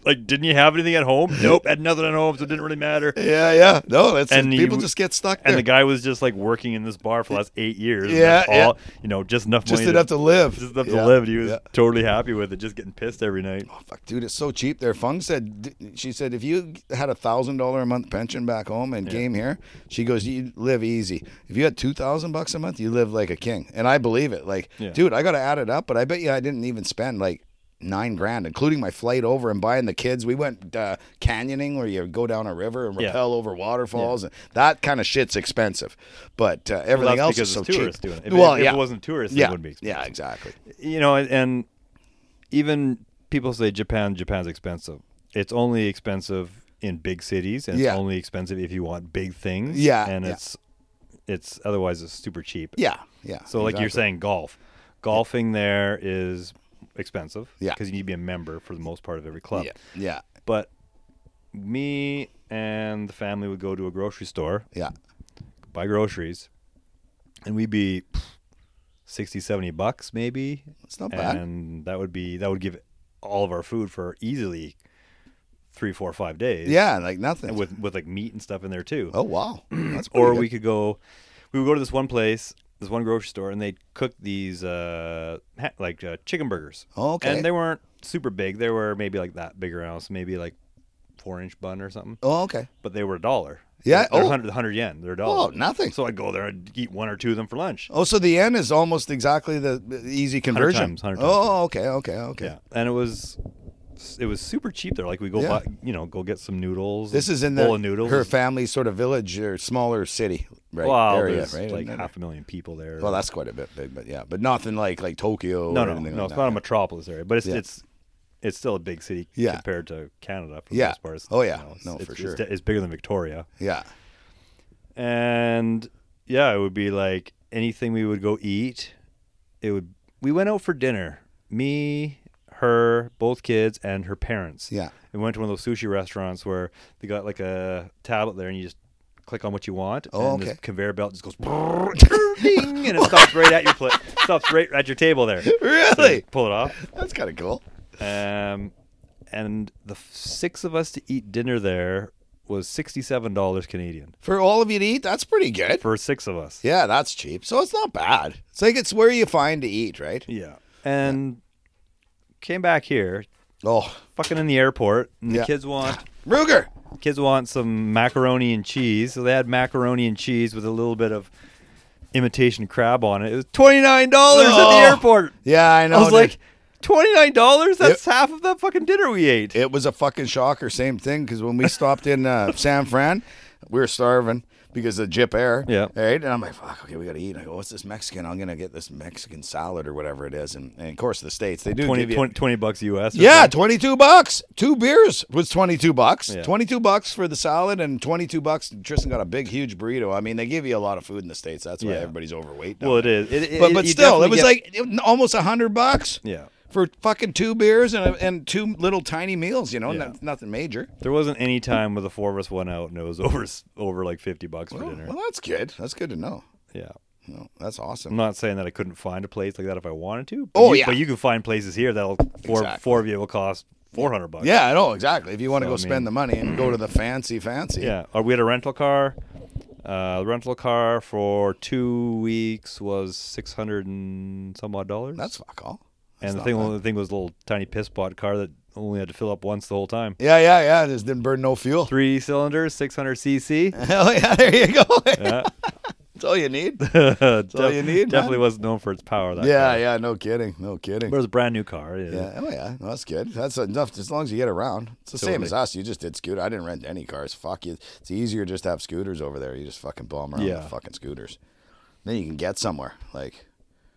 A: like, didn't you have anything at home? Nope, had nothing at home, so it didn't really matter.
B: Yeah, yeah. No, that's
A: And
B: people
A: you-
B: just get stuck there.
A: And the guy was just like working in this bar for the last eight years. and
B: Yeah,
A: that's
B: yeah.
A: all, You know, just enough
B: just
A: money
B: enough to live.
A: just enough
B: Yeah,
A: to live. And he was
B: yeah.
A: totally happy with it, just getting pissed every night.
B: Oh, fuck, dude, it's so cheap there. Fung said, d- she said, if you had a thousand dollar a month pension back home and came here, she goes, you live easy. If you had two thousand bucks a month, you live like a king. And I believe it. Like,
A: Yeah.
B: dude, I got to add it up, but I bet you I didn't even spend like nine grand, including my flight over and buying the kids. We went uh, canyoning where you go down a river and
A: Yeah.
B: rappel over waterfalls, and that kind of shit's expensive. But uh, everything
A: that's
B: else
A: because
B: is so
A: it's tourists
B: cheap.
A: doing it. If- if it wasn't tourists, it
B: yeah,
A: would be expensive.
B: yeah, exactly.
A: you know, and- and even people say Japan, Japan's expensive. It's only expensive in big cities, and
B: Yeah.
A: it's only expensive if you want big things.
B: Yeah,
A: and
B: yeah.
A: it's it's otherwise it's super cheap.
B: Yeah, yeah.
A: So like you're
B: exactly.
A: saying, golf, golfing there is expensive.
B: Yeah.
A: because you need to be a member for the most part of every club.
B: yeah,
A: But me and the family would go to a grocery store,
B: yeah, yeah.
A: buy groceries, and we'd be pff, 60, 70 bucks maybe.
B: It's not bad.
A: and that would be that would give all of our food for easily three, four, five days.
B: Yeah, like nothing.
A: with with like meat and stuff in there too.
B: oh wow, that's pretty
A: or
B: good.
A: we could go, we would go to this one place, this one grocery store, and they'd cook these uh ha- like uh, chicken burgers.
B: Oh, Okay.
A: and they weren't super big. They were maybe like that big around, so maybe like four inch bun or something.
B: Oh okay.
A: But they were a dollar.
B: Yeah,
A: they're
B: oh.
A: 100, 100 yen. They're a
B: Oh
A: dollar.
B: nothing.
A: So I'd go there and eat one or two of them for lunch.
B: Oh, so the yen is almost exactly the the easy conversion.
A: times, 100 times.
B: Oh okay, okay, okay.
A: Yeah, and it was it was super cheap there. Like we go
B: Yeah.
A: buy, you know, go get some noodles.
B: This
A: a
B: is in
A: bowl
B: the
A: of noodles.
B: her family's sort of village or smaller city, right?
A: Well,
B: area,
A: there's
B: right?
A: like
B: Isn't it?
A: half a million people there.
B: well, that's quite a bit big, but yeah, but nothing like like Tokyo.
A: no,
B: or
A: no,
B: anything
A: no.
B: like
A: It's
B: that.
A: not a metropolis area, but it's
B: Yeah.
A: it's it's still a big city
B: Yeah.
A: compared to Canada for the
B: Yeah.
A: most part. It's,
B: Oh, yeah.
A: it's-
B: No,
A: it's,
B: for
A: it's
B: sure.
A: de- It's, bigger than Victoria,
B: Yeah,
A: and yeah, it would be like anything we would go eat. It would. We went out for dinner. Me, her, both kids, and her parents.
B: yeah,
A: We went to one of those sushi restaurants where they got like a tablet there and you just click on what you want.
B: Oh,
A: and this
B: okay.
A: conveyor belt just goes ding, and it stops right at your plate. Stops right at your table there. So you
B: Really?
A: pull it off.
B: that's kind of cool.
A: Um, and the f- six of us to eat dinner there was sixty-seven dollars Canadian
B: For all of you to eat, that's pretty good.
A: for six of us.
B: Yeah, that's cheap. So it's not bad. It's like it's where you find to eat, right?
A: Yeah. And came back here,
B: Oh,
A: fucking in the airport, and
B: Yeah.
A: the kids want
B: Ruger.
A: kids want some macaroni and cheese, so they had macaroni and cheese with a little bit of imitation crab on it. It was twenty nine dollars at
B: Oh.
A: the airport.
B: Yeah, I know.
A: I was
B: dude.
A: like, twenty nine dollars? That's half of that fucking dinner we ate.
B: it was a fucking shocker. Same thing because when we stopped in uh, San Fran, we were starving. because of Jip Air.
A: Yeah.
B: Right. And I'm like, fuck, okay, we got to eat. And I go, what's this Mexican? I'm going to get this Mexican salad or whatever it is. And, and of course, the States, they do
A: 20,
B: give you.
A: 20 20 bucks US. or
B: yeah,
A: something.
B: 22 bucks. Two beers was 22 bucks.
A: Yeah.
B: 22 bucks for the salad and 22 bucks. Tristan got a big, huge burrito. I mean, they give you a lot of food in the States. That's why
A: Yeah.
B: everybody's overweight. now.
A: Well, it is. It,
B: but but still,
A: definitely
B: it was
A: get-
B: like it- almost 100 bucks
A: Yeah.
B: for fucking two beers and, a- and two little tiny meals, you know,
A: Yeah.
B: no- nothing major.
A: There wasn't any time where the four of us went out and it was over s- over like 50 bucks for dinner.
B: Well, that's good. That's good to know.
A: Yeah.
B: No, that's
A: I'm
B: awesome.
A: not saying that I couldn't find a place like that if I wanted to. But
B: Oh,
A: you,
B: yeah.
A: But you can find places here that'll four
B: Exactly.
A: four of you will cost 400 bucks.
B: Yeah, I know exactly. If you want to
A: So,
B: go
A: I mean-
B: spend the money and go to the fancy, fancy.
A: Yeah. Or we had a rental car. Uh, the rental car for two weeks was 600 and some odd dollars.
B: that's fuck all.
A: and
B: That's
A: the
B: not
A: thing,
B: bad.
A: the thing was a little tiny piss pot car that only had to fill up once the whole time.
B: Yeah, yeah, yeah. Just didn't burn no fuel.
A: Three cylinders, 600 cc.
B: Hell yeah, there you go.
A: Yeah.
B: that's all you need.
A: That's
B: all you need,
A: Definitely
B: man.
A: wasn't known for its power. That
B: Yeah,
A: car.
B: yeah. No kidding. No kidding.
A: But it was a brand new car. Yeah.
B: Yeah. Oh yeah. No, that's good. That's enough. As long as you get around, it's the same
A: Totally.
B: as us. You just did scooter. I didn't rent any cars. Fuck you. It's easier just to have scooters over there. You just fucking bomb around
A: Yeah.
B: with fucking scooters. Then you can get somewhere. Like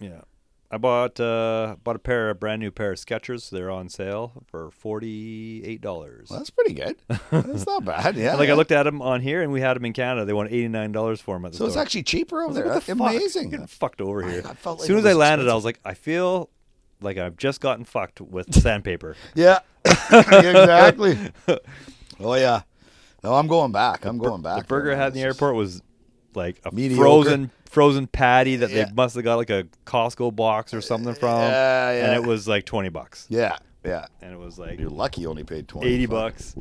A: Yeah. I bought uh, bought a pair, a brand new pair of Skechers. They're on sale for forty eight dollars.
B: well, that's pretty good. That's not bad. Yeah.
A: Like
B: yeah.
A: I looked at them on here, and we had them in Canada. They wanted eighty nine dollars for them at the
B: So it's
A: store.
B: actually cheaper over there.
A: What the
B: That's
A: fuck? I'm
B: amazing.
A: Getting fucked over here.
B: I felt like
A: as soon
B: it
A: as I
B: was
A: landed, I was like, I feel like I've just gotten fucked with sandpaper.
B: Yeah. exactly. Oh yeah. No, I'm going back. I'm going back.
A: The burger I had in the airport was like a
B: Mediocre.
A: frozen frozen patty that
B: Yeah.
A: they must have got like a Costco box or something from,
B: Yeah, yeah.
A: and it was like twenty bucks,
B: Yeah. Yeah.
A: and it was like
B: You're lucky you only paid twenty.
A: 80
B: Fuck.
A: bucks,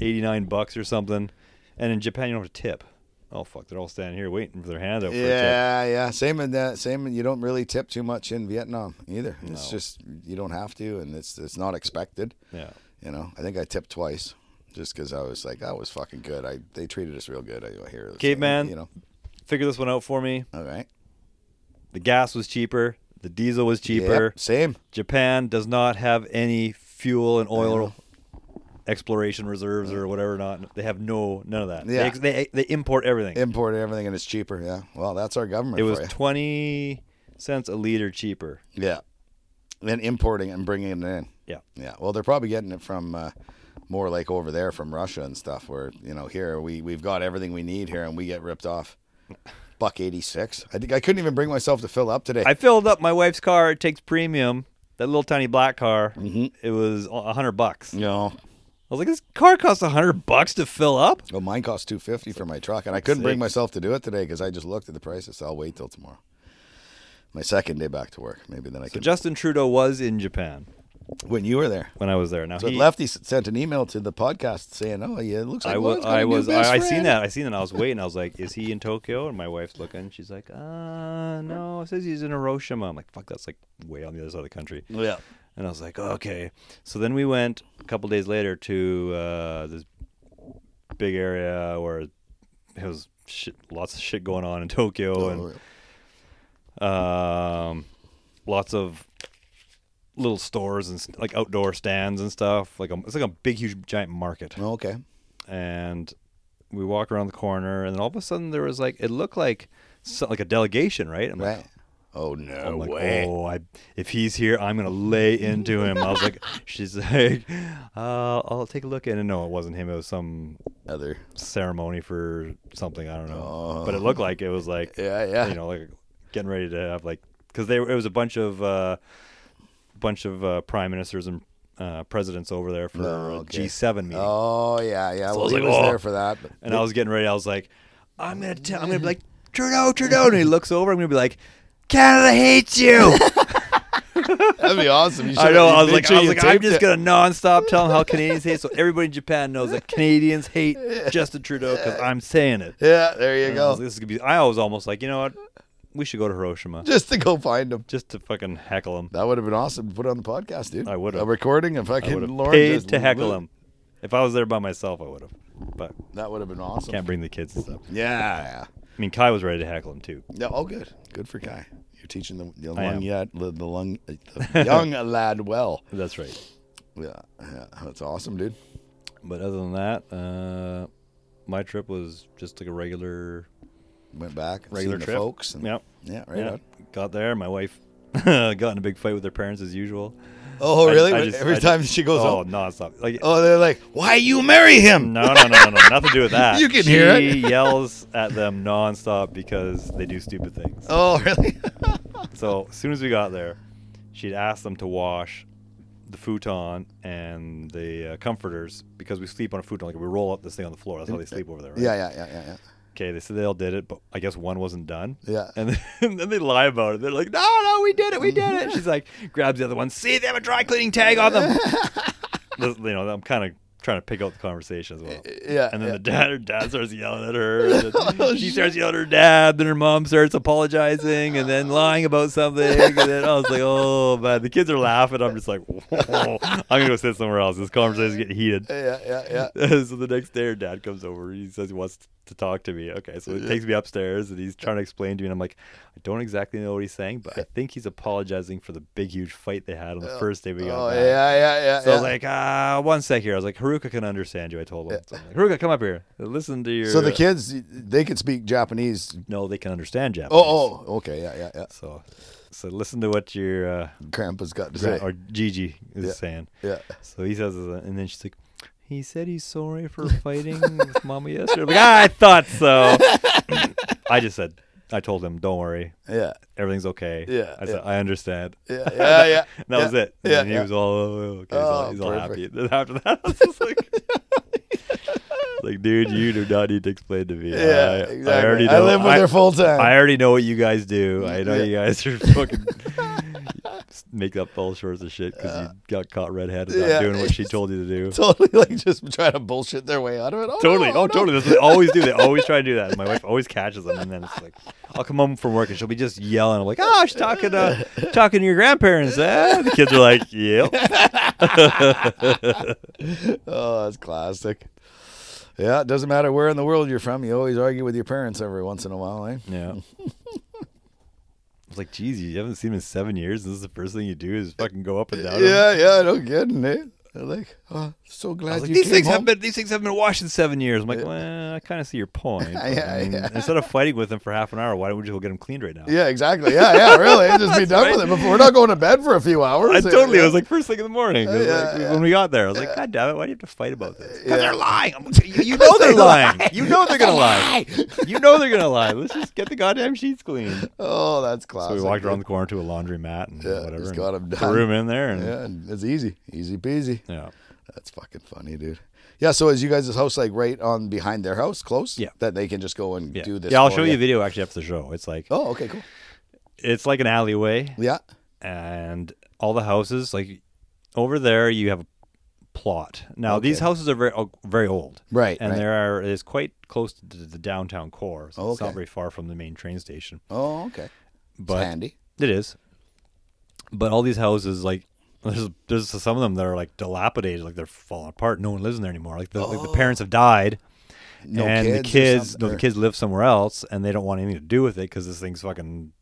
A: 89 bucks or something. And in Japan, you don't have to tip. Oh, fuck. They're all standing here waiting for their hand out for a tip.
B: Yeah, yeah. Same in that. Same. in- You don't really tip too much in Vietnam either. It's
A: No.
B: just you don't have to, and it's it's not expected.
A: Yeah.
B: You know, I think I tipped twice, just because I was like, that was fucking good. I they treated us real good. I, I hear. it's-
A: Caveman.
B: You know.
A: Figure this one out for me.
B: All right.
A: The gas was cheaper. The diesel was
B: Yep,
A: cheaper.
B: same.
A: Japan does not have any fuel and
B: know.
A: oil exploration reserves or whatever. Not They have no, none of that. They
B: Yeah.
A: ex- They, they, import everything.
B: Imported everything and it's cheaper. Yeah. Well, that's our government.
A: it
B: for
A: was
B: ya.
A: 20 cents a liter cheaper.
B: yeah. Then importing and bringing it in.
A: Yeah.
B: Yeah. Well, they're probably getting it from uh, more like over there from Russia and stuff. Where you know here we we've got everything we need here, and we get ripped off. Buck eighty six. I think I couldn't even bring myself to fill up today.
A: I filled up my wife's car. It takes premium. That little tiny black car.
B: Mm-hmm.
A: It was a 100 bucks.
B: no.
A: I was like, this car costs a hundred bucks to fill up.
B: Well, mine cost two fifty for my truck, and I couldn't bring
A: Six.
B: myself to do it today because I just looked at the prices. I'll wait till tomorrow. My second day back to work. Maybe then I
A: So
B: can.
A: Justin Trudeau was in Japan
B: when you were there,
A: when I was there. Now
B: so
A: he,
B: Lefty s- sent an email to the podcast saying, "Oh, yeah, it looks like
A: I was,
B: Lloyd's got a
A: I
B: new
A: was,
B: best
A: I, I seen
B: friend."
A: that. I seen it. And I was waiting. I was like, is he in Tokyo? And my wife's looking. She's like, uh, no. It says he's in Hiroshima. I'm like, fuck, that's like way on the other side of the country.
B: Yeah.
A: And I was like, okay. So then we went a couple days later to uh, this big area where it was shit, lots of shit going on in Tokyo and
B: Oh,
A: um, lots of little stores and st- like outdoor stands and stuff. Like a, it's like a big, huge, giant market.
B: Oh, okay.
A: And we walk around the corner, and then all of a sudden there was like it looked like so, like a delegation, right? I'm
B: Right.
A: Like,
B: Oh no
A: I'm like,
B: way.
A: oh, I, if he's here, I'm gonna lay into him. I was like, she's like, uh, I'll take a look at it. No, it wasn't him. It was some
B: Other.
A: ceremony for something. I don't know, but it looked like it was like
B: Yeah, yeah.
A: you know, like getting ready to have like because they were- it was a bunch of uh, bunch of uh, prime ministers and uh, presidents over there for
B: Oh, okay.
A: a G7 meeting,
B: Oh yeah, yeah. well,
A: was
B: he
A: like,
B: was
A: "Oh."
B: there for that. But
A: and I was getting ready. I was like, I'm gonna tell, I'm gonna be like Trudeau, Trudeau, and he looks over. I'm gonna be like. Canada hates you.
B: that'd be awesome. You
A: I know. I was
B: should've-
A: like,
B: you
A: I was like, I'm
B: taped
A: just
B: it.
A: gonna nonstop tell him how Canadians hate. So everybody in Japan knows that Canadians hate Justin Trudeau because I'm saying it.
B: Yeah, there you
A: And I was
B: go.
A: like, this is gonna be. I was almost like, you know what? We should go to Hiroshima
B: Just to go find him.
A: just to fucking heckle him.
B: That would have been awesome to put on the podcast, dude.
A: I would've.
B: A recording of
A: I would
B: fucking
A: have
B: Lauren
A: paid
B: just
A: to heckle
B: lit-
A: him. If I was there by myself, I would have. But
B: That would have been awesome.
A: can't bring the kids and stuff.
B: Yeah.
A: I mean, Kai was ready to heckle him too.
B: No, all good. Good for Kai. You're teaching the, the
A: I
B: lung
A: am.
B: yet the, the lung uh, the young lad well.
A: That's right.
B: Yeah, yeah, that's awesome, dude.
A: But other than that, uh, my trip was just like a regular
B: Went back,
A: regular
B: seen the
A: trip.
B: folks, and
A: yep.
B: yeah, right
A: yeah.
B: on.
A: Got there. My wife got in a big fight with her parents as usual.
B: Oh,
A: I-
B: really?
A: I just-
B: Every
A: I
B: time
A: just-
B: she goes
A: oh,
B: home,
A: nonstop. Like,
B: oh, they're like, "Why you marry him?"
A: no, no, no, no, no, nothing to do with that.
B: You can
A: she
B: hear it.
A: yells at them nonstop because they do stupid things.
B: Oh, really?
A: So as soon as we got there, she'd asked them to wash the futon and the uh, comforters because we sleep on a futon. Like we roll up this thing on the floor. That's how they sleep over there. Right?
B: yeah, yeah, yeah, yeah, yeah.
A: Okay. They said they all did it, but I guess one wasn't done.
B: Yeah.
A: And then, and then they lie about it. They're like, "No, no, we did it. We did it." She's like, grabs the other one. See, they have a dry cleaning tag on them. This- you know, I'm kind of trying to pick out the conversation as well.
B: Yeah,
A: And then
B: yeah. Oh,
A: the dad, her dad starts yelling at her. and then she starts yelling at her dad. Then her mom starts apologizing and then lying about something. And then I was like, oh, man. The kids are laughing. I'm just like, whoa, I'm going to go sit somewhere else. This conversation's getting heated.
B: Yeah, yeah, yeah.
A: so the next day, her dad comes over. He says he wants to talk to me. Okay, so he takes me upstairs and he's trying to explain to me. And I'm like, I don't exactly know what he's saying, but I think he's apologizing for the big, huge fight they had on the first day we got
B: Oh,
A: back.
B: yeah, yeah, yeah.
A: So I
B: yeah.
A: was like, uh, one sec here. I was like, Haruka can understand you. I told him. So I'm like, Haruka, come up here. Listen to your.
B: so the kids, they could speak Japanese.
A: No, they can understand Japanese.
B: Oh, oh, okay, yeah, yeah, yeah.
A: So, so listen to what your uh,
B: Grandpa's got to
A: gra-
B: say.
A: or Gigi is
B: Yeah.
A: saying.
B: Yeah.
A: So he says, this, and then she's like, he said he's sorry for fighting with mama yesterday. I'm like, "Ah, I thought so. I just said, I told him, don't worry,
B: Yeah,
A: everything's okay.
B: Yeah,
A: I said,
B: yeah.
A: I understand.
B: yeah, yeah, yeah.
A: And that was
B: yeah,
A: it. And
B: yeah,
A: then he
B: yeah.
A: was all oh, okay. He's, all,
B: Oh,
A: he's all happy.
B: perfect.
A: And then after that, I was just like, like, dude, you do not need to explain to me.
B: Yeah,
A: I,
B: exactly.
A: I already know.
B: live with
A: I,
B: her full time.
A: I already know what you guys do. I know
B: Yeah.
A: you guys are fucking make up all sorts of shit because you got caught red-handed not
B: Yeah.
A: doing what she told you to do.
B: totally like just trying to bullshit their way out of it. Oh,
A: Totally.
B: no,
A: Oh,
B: no.
A: totally. That's what they always do. They always try to do that. And my wife always catches them, and then it's like, I'll come home from work and she'll be just yelling. I'm like, oh, she's talking, uh, talking to your grandparents. Eh? The kids are like, yep.
B: Oh, that's classic. Yeah, it doesn't matter where in the world you're from. You always argue with your parents every once in a while, eh?
A: Yeah. I was like, geez, you haven't seen him in seven years. and This is the first thing you do is fucking go up and down. him?"
B: Yeah, yeah, no kidding, eh? They're like, oh, so glad
A: I was like,
B: you
A: these
B: came
A: things
B: home.
A: have been these things haven't been washed in seven years. I'm like, well, I kind of see your point. but, I
B: Yeah,
A: mean,
B: yeah.
A: Instead of fighting with them for half an hour, why don't we just go get them cleaned right now?
B: Yeah, exactly. Yeah, yeah, really. Just be done
A: right.
B: with it. Before we're not going to bed for a few hours.
A: I totally.
B: Yeah.
A: I was like, first thing in the morning. It was
B: Yeah,
A: like,
B: yeah.
A: When we got there, I was like, God damn it, why do you have to fight about this? 'Cause
B: Yeah.
A: they're lying. I'm like, you you know they're lying. You know they're gonna lie. You know they're gonna lie. Let's just get the goddamn sheets cleaned.
B: oh, that's
A: So
B: classic.
A: we walked around the corner to a laundromat and
B: Yeah,
A: whatever.
B: just
A: and
B: got 'em done.
A: Threw him in there and
B: Yeah, and it's easy, easy peasy.
A: yeah.
B: That's fucking funny, dude. Yeah. So is you guys' house like right on behind their house, close?
A: Yeah.
B: That they can just go and
A: Yeah.
B: do this.
A: yeah, I'll
B: for
A: show you a video actually after the show. It's like
B: Oh, okay, cool.
A: it's like an alleyway,
B: Yeah.
A: and all the houses like over there you have a plot. Now these
B: Okay.
A: houses are very oh, very old,
B: Right,
A: And
B: right.
A: there are it's quite close to the the downtown core, so it's
B: Okay.
A: not very far from the main train station.
B: Oh, okay.
A: But
B: it's handy.
A: it is. But all these houses, like there's there's some of them that are like dilapidated, like they're falling apart. No one lives in there anymore. Like the, like,
B: Oh.
A: the parents have died,
B: No
A: and the
B: kids or
A: kids,
B: something,
A: no, the
B: or-
A: kids live somewhere else, and they don't want anything to do with it because this thing's fucking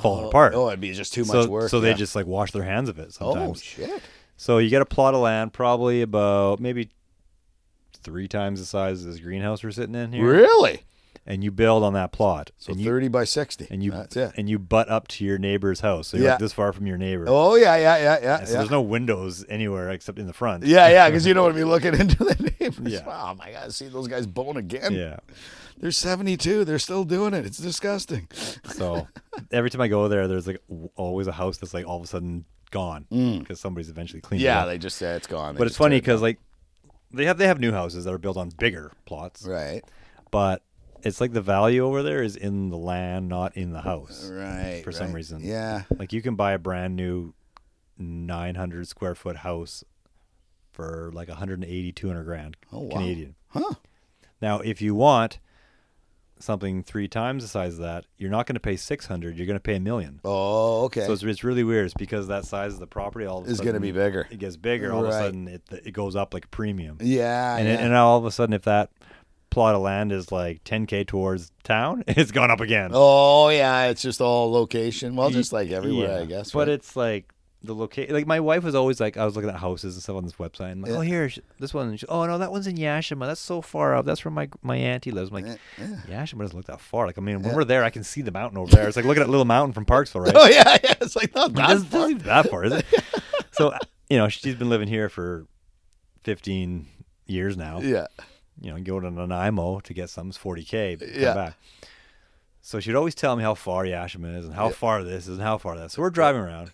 A: falling apart.
B: Oh, it'd be just too
A: so
B: much work.
A: so they
B: yeah.
A: just like wash their hands of it
B: Oh
A: sometimes.
B: shit.
A: So you get a plot of land, probably about maybe three times the size of this greenhouse we're sitting in here,
B: Really?
A: and you build on that plot.
B: So
A: and you
B: thirty by sixty.
A: and you
B: That's it.
A: and you butt up to your neighbor's house. So you're
B: Yeah.
A: like this far from your neighbor.
B: Oh yeah, yeah, yeah, yeah.
A: And so
B: Yeah.
A: there's no windows anywhere except in the front.
B: yeah, yeah, because you don't want to be looking into the neighbors.
A: Yeah.
B: Wow, my God, see those guys bone again.
A: Yeah.
B: They're 72. They're still doing it. It's disgusting.
A: So every time I go there, there's like w- always a house that's like all of a sudden gone because somebody's eventually cleaned it
B: Mm. Yeah,
A: up.
B: they just say it's gone. They
A: but it's
B: just
A: funny
B: tear
A: because like they have they have new houses that are built on bigger plots,
B: it- Right.
A: but it's like the value over there is in the land, not in the house.
B: Right.
A: For some
B: right.
A: reason.
B: Yeah.
A: Like you can buy a brand new 900 square foot house for like 180, 200 grand
B: Oh, wow.
A: Canadian.
B: Huh.
A: Now, if you want something three times the size of that, you're not going to pay 600, you're going to pay a million.
B: Oh, okay.
A: So it's, it's really weird. It's because that size of the property all of a
B: It's
A: sudden
B: gonna be bigger.
A: It gets bigger. All of a
B: Right.
A: sudden, it, it goes up like a premium.
B: yeah.
A: and,
B: yeah.
A: it, and all of a sudden, if that plot of land is like 10K towards town, it's gone up again.
B: oh, yeah. It's just all location. Well,
A: Y-
B: just like everywhere,
A: yeah.
B: I guess.
A: But
B: right?
A: it's like the location. Like my wife was always like, I was looking at houses and stuff on this website, and like,
B: Yeah.
A: oh here, sh- this one. And she- oh no, that one's in Yashima. That's so far up. That's where my my auntie lives. I'm like, Yashima doesn't look that far. Like I mean, when we're there, I can see the mountain over there. It's like looking at Little Mountain from Parksville, right?
B: Oh yeah, yeah. It's like not
A: It
B: that
A: doesn't-
B: far.
A: doesn't even that far, is it? so you know, she's been living here for fifteen years now.
B: Yeah,
A: You know, go to Nanaimo to get some it's 40k. but come
B: Yeah.
A: back. So she'd always tell me how far Yashima is and how far this is and how far that. So we're driving around.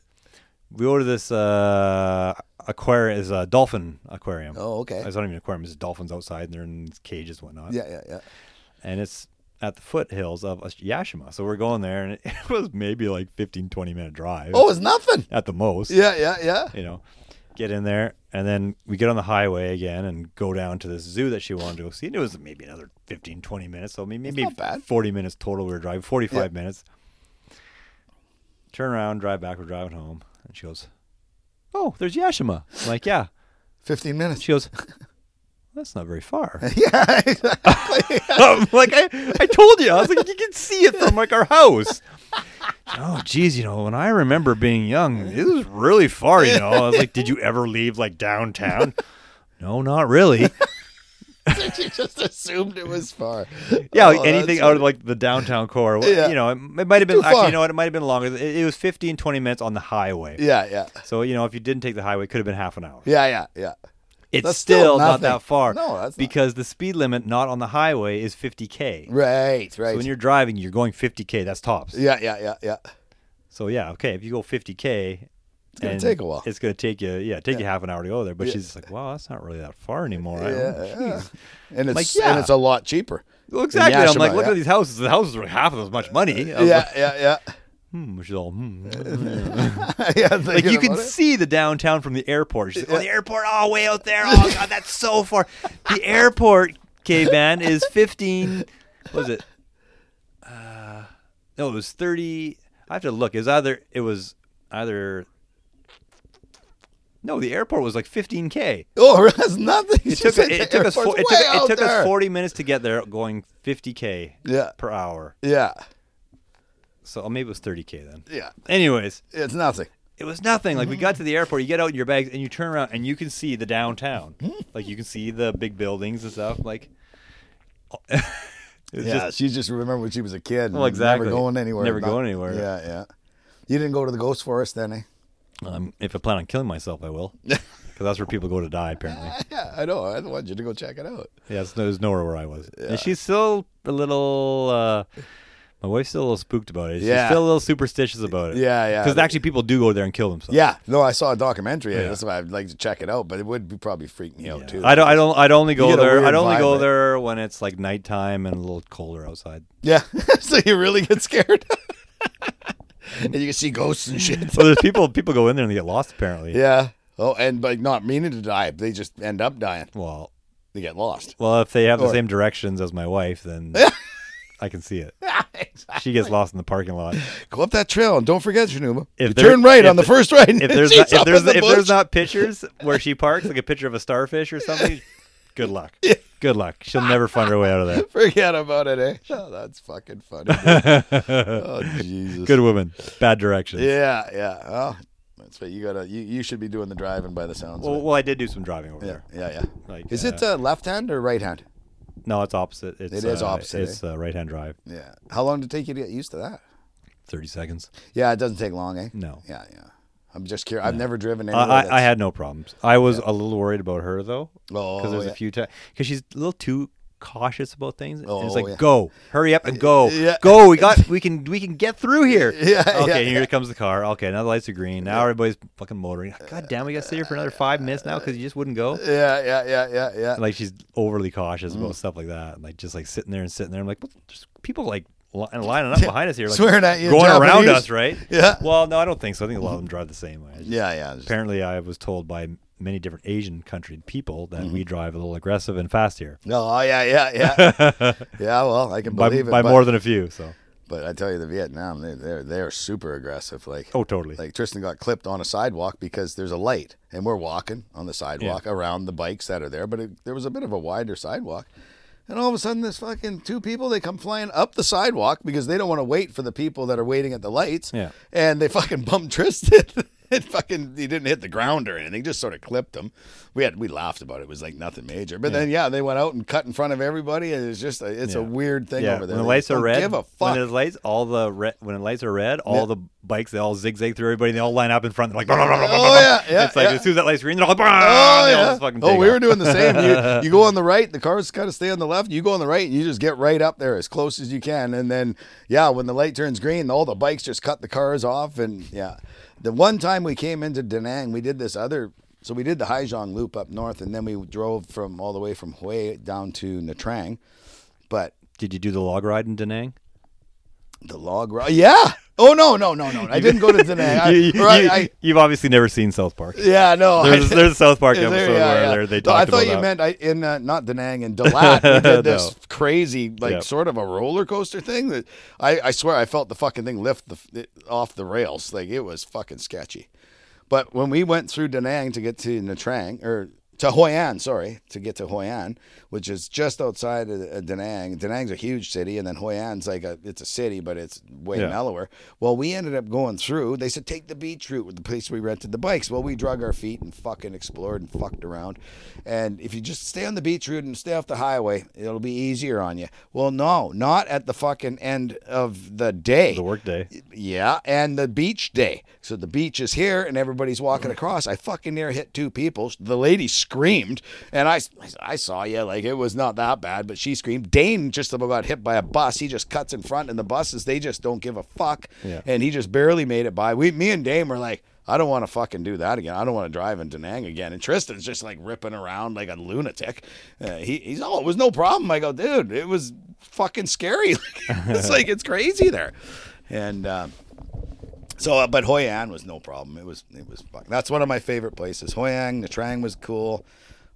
A: We order this uh, aquarium, is a dolphin aquarium.
B: Oh, okay.
A: It's not even an aquarium. It's dolphins outside and they're in these cages and whatnot
B: yeah, yeah, yeah.
A: and it's at the foothills of Yashima. So we're going there, and it was maybe like 15, 20 minute drive
B: Oh, it's nothing.
A: at the most.
B: Yeah, yeah, yeah.
A: You know, get in there, and then we get on the highway again and go down to this zoo that she wanted to go see. And it was maybe another 15, 20 minutes. So maybe, maybe
B: not bad.
A: 40 minutes total we were driving, 45 minutes. Turn around, drive back, we're driving home. And she goes, Oh, there's Yashima. I'm like, yeah.
B: Fifteen minutes.
A: She goes, That's not very far.
B: yeah, exactly.
A: I'm Um, like I, I told you, I was like, you can see it from like our house. Oh, geez, you know, when I remember being young, it was really far, you know. I was like, did you ever leave like downtown? No, not really.
B: she just assumed it was far.
A: Yeah,
B: Oh,
A: like, anything
B: that's
A: out of like the downtown core.
B: Yeah.
A: You know, it, it might have been
B: Too
A: actually,
B: far.
A: you know what, it might have been longer. It, it was 15, 20 minutes on the highway.
B: Yeah, yeah,
A: So, you know, if you didn't take the highway, it could have been half an hour.
B: yeah, yeah, yeah.
A: It's
B: That's still
A: still, not
B: nothing.
A: that far.
B: No, that's not.
A: because the speed limit not on the highway is 50K.
B: Right, right.
A: So when you're driving, you're going 50K. That's tops.
B: yeah, yeah, yeah, yeah.
A: So yeah, okay, if you go 50k, it's
B: gonna take a while.
A: It's gonna take you, yeah, take you half an hour to go there. But she's just like, wow, that's not really that far anymore. I
B: Yeah,
A: don't-
B: yeah. And it's
A: Like,
B: and
A: yeah.
B: it's a lot cheaper.
A: Well, exactly. I'm like,
B: Yashima,
A: look
B: yeah.
A: at these houses. The houses are half of as much money. I was
B: Yeah,
A: like,
B: yeah,
A: hmm, she's all, hmm.
B: yeah, yeah.
A: like
B: thinking
A: you can
B: about it.
A: see the downtown from the airport. She's like, oh, the airport, oh, way out there. Oh god, that's so far. The airport, K-Van, is 15. What was it? Uh, no, it was 30. I have to look. It was either it was either. No, the airport was like 15k.
B: Oh, that's nothing.
A: It took, it took us fo- it took, it took us 40 minutes to get there, going 50k
B: Yeah.
A: per hour.
B: Yeah,
A: So oh, maybe it was 30k then.
B: yeah.
A: Anyways,
B: It's nothing.
A: it was nothing. Like we got
B: Mm.
A: to the airport, you get out in your bags, and you turn around, and you can see the downtown. like you can see the big buildings and stuff. Like it's
B: yeah,
A: just
B: she just remembered when she was a kid. and
A: Well, exactly.
B: Never going anywhere.
A: Never
B: not-
A: going anywhere.
B: Yeah, yeah. You didn't go to the ghost forest then, eh?
A: um, if I plan on killing myself, I will, because that's where people go to die. Apparently,
B: Yeah, I know. I wanted you to go check it out.
A: yeah, it's, there's nowhere where I was. And she's still a little. Uh, my wife's still a little spooked about it. She's
B: Yeah.
A: still a little superstitious about it.
B: Yeah, yeah.
A: Because actually, people do go there and kill themselves.
B: Yeah, no, I saw a documentary.
A: Yeah.
B: That's why I'd like to check it out, but it would be probably freak me out too.
A: I don't. I don't. I'd only go
B: get a
A: there.
B: weird
A: I'd only
B: vibe,
A: go
B: right?
A: there when it's like nighttime and a little colder outside.
B: Yeah, so you really get scared, and you can see ghosts and shit.
A: Well, there's people. People go in there and they get lost. Apparently.
B: Yeah. Oh, and like not meaning to die, they just end up dying.
A: Well,
B: They get lost.
A: well, if they have
B: Or-
A: the same directions as my wife, then I can see it. She gets lost in the parking lot.
B: Go up that trail and don't forget, Shanuma.
A: If
B: You
A: there-
B: turn right
A: if
B: on the
A: the-
B: first right.
A: If there's
B: She's
A: not, if
B: up
A: there's
B: in the
A: if there's
B: bush.
A: not pictures where she parks, like a picture of a starfish or something, good luck. Good luck. She'll never find her way out of there.
B: forget about it, eh? Oh, that's fucking funny. dude. oh Jesus.
A: Good woman, bad directions.
B: Yeah, yeah. Oh, that's what you gotta. You, you should be doing the driving by the sounds.
A: Well,
B: of it.
A: well, I did do some driving over
B: Yeah,
A: there.
B: yeah, yeah.
A: Like,
B: Is
A: uh,
B: it uh, left hand or right hand?
A: No, it's opposite. It's,
B: It is
A: uh,
B: opposite, eh?
A: It's uh, right-hand drive.
B: Yeah. How long did it take you to get used to that?
A: Thirty seconds.
B: Yeah, it doesn't take long, eh?
A: No.
B: Yeah, yeah. I'm just curious. I've never driven anywhere.
A: I, I, I
B: that's-
A: had no problems. I was a little worried about her though, because
B: Oh,
A: there's
B: yeah.
A: a few times because she's a little too cautious about things. and it's
B: Oh,
A: like,
B: yeah.
A: go, hurry up and go,
B: Yeah.
A: go. We got, we can, we can get through here.
B: Yeah, yeah, Uh,
A: Okay, here comes the car. Okay, now the lights are green. Now everybody's fucking motoring. God damn, we got to sit here for another five minutes now because you just wouldn't go.
B: Yeah, yeah, yeah, yeah, yeah.
A: And, like she's overly cautious
B: mm.
A: about stuff like that, and like just like sitting there and sitting there. I'm like, what? there's people like li- lining up behind us here, like,
B: Swearing at you in
A: going around
B: Japanese.
A: us, right?
B: Yeah.
A: Well, no, I don't think so. I think a lot of them drive the same way. I just-
B: yeah, yeah. Just,
A: apparently I was told by many different Asian country people that
B: Mm-hmm.
A: we drive a little aggressive and fast here
B: oh, yeah, yeah, yeah. yeah, well, I can
A: by,
B: believe it.
A: by
B: but,
A: more than a few. So,
B: But I tell you, the Vietnam, they, they're, they're super aggressive. Like,
A: oh, totally.
B: like Tristan got clipped on a sidewalk because there's a light and we're walking on the sidewalk around the bikes that are there, but it, there was a bit of a wider sidewalk. And all of a sudden, this fucking two people they come flying up the sidewalk because they don't want to wait for the people that are waiting at the lights.
A: Yeah.
B: And they fucking bump Tristan. it fucking he didn't hit the ground or anything, just sort of clipped him. We had we laughed about it. It was like nothing major. But then yeah, they went out and cut in front of everybody and it's just a, it's a
A: Yeah.
B: weird thing
A: yeah,
B: over there.
A: when the
B: They
A: lights
B: just
A: are
B: don't
A: red,
B: Give a
A: when
B: fuck.
A: the lights, all the red, when the lights are red, all
B: Yeah.
A: the bikes they all zigzag through everybody. They all line up in front. They're like, "Blah, blah, blah, blah, blah,
B: Oh,
A: blah."
B: yeah, yeah,
A: It's like
B: yeah.
A: as soon as that light's green, they're all, "Blah,"
B: Oh,
A: they all
B: yeah.
A: just fucking
B: oh
A: take
B: we were
A: off.
B: doing the same. You, you go on the right, the car's kind of stay on the left. You go on the right, and you just get right up there as close as you can. And then, yeah, when the light turns green, all the bikes just cut the cars off. And yeah, the one time we came into Da Nang, we did this other. So we did the Haizhong loop up north, and then we drove from all the way from Hue down to Natrang. But
A: Did you do the log ride in Da Nang?
B: the log ride, yeah. Oh no, no, no, no! I didn't go to Da Nang. I,
A: you, you,
B: or I-
A: you,
B: I-
A: have obviously never seen South Park.
B: yeah, no. I
A: There's,
B: didn't.
A: there's a South Park
B: Is
A: episode
B: there-
A: where
B: yeah, yeah.
A: they're- they
B: No,
A: talked
B: I thought
A: about
B: you
A: that.
B: meant I, in uh, not Denang and Dalat. We did this
A: No.
B: crazy, like
A: Yep.
B: sort of a roller coaster thing that I, I swear I felt the fucking thing lift the f- it, off the rails. Like it was fucking sketchy. But when we went through Denang to get to Natrang or to Hoi An, sorry, to get to Hoi An, which is just outside of uh, Da Nang. Da Nang's a huge city, and then Hoi An's like a it's a city, but it's way
A: Yeah.
B: mellower. Well, we ended up going through. They said take the beach route with the place we rented the bikes. Well, we drug our feet and fucking explored and fucked around. And if you just stay on the beach route and stay off the highway, it'll be easier on you. Well, no, not at the fucking end of the day.
A: the workday.
B: Yeah, and the beach day. So the beach is here, and everybody's walking across. I fucking near hit two people. The lady screamed, and I, I saw you. Like it was not that bad, but she screamed. Dane just about got hit by a bus. He just cuts in front, and the buses they just don't give a fuck.
A: Yeah.
B: And he just barely made it by. We, me and Dane were like. I don't want to fucking do that again. I don't want to drive in Denang again. And Tristan's just like ripping around like a lunatic. Uh, he, he's, oh, it was no problem. I go, dude, it was fucking scary. it's like, it's crazy there. And um, so, uh, but Hoi An was no problem. It was it was fuck. That's one of my favorite places. Hoi An, Natrang was cool.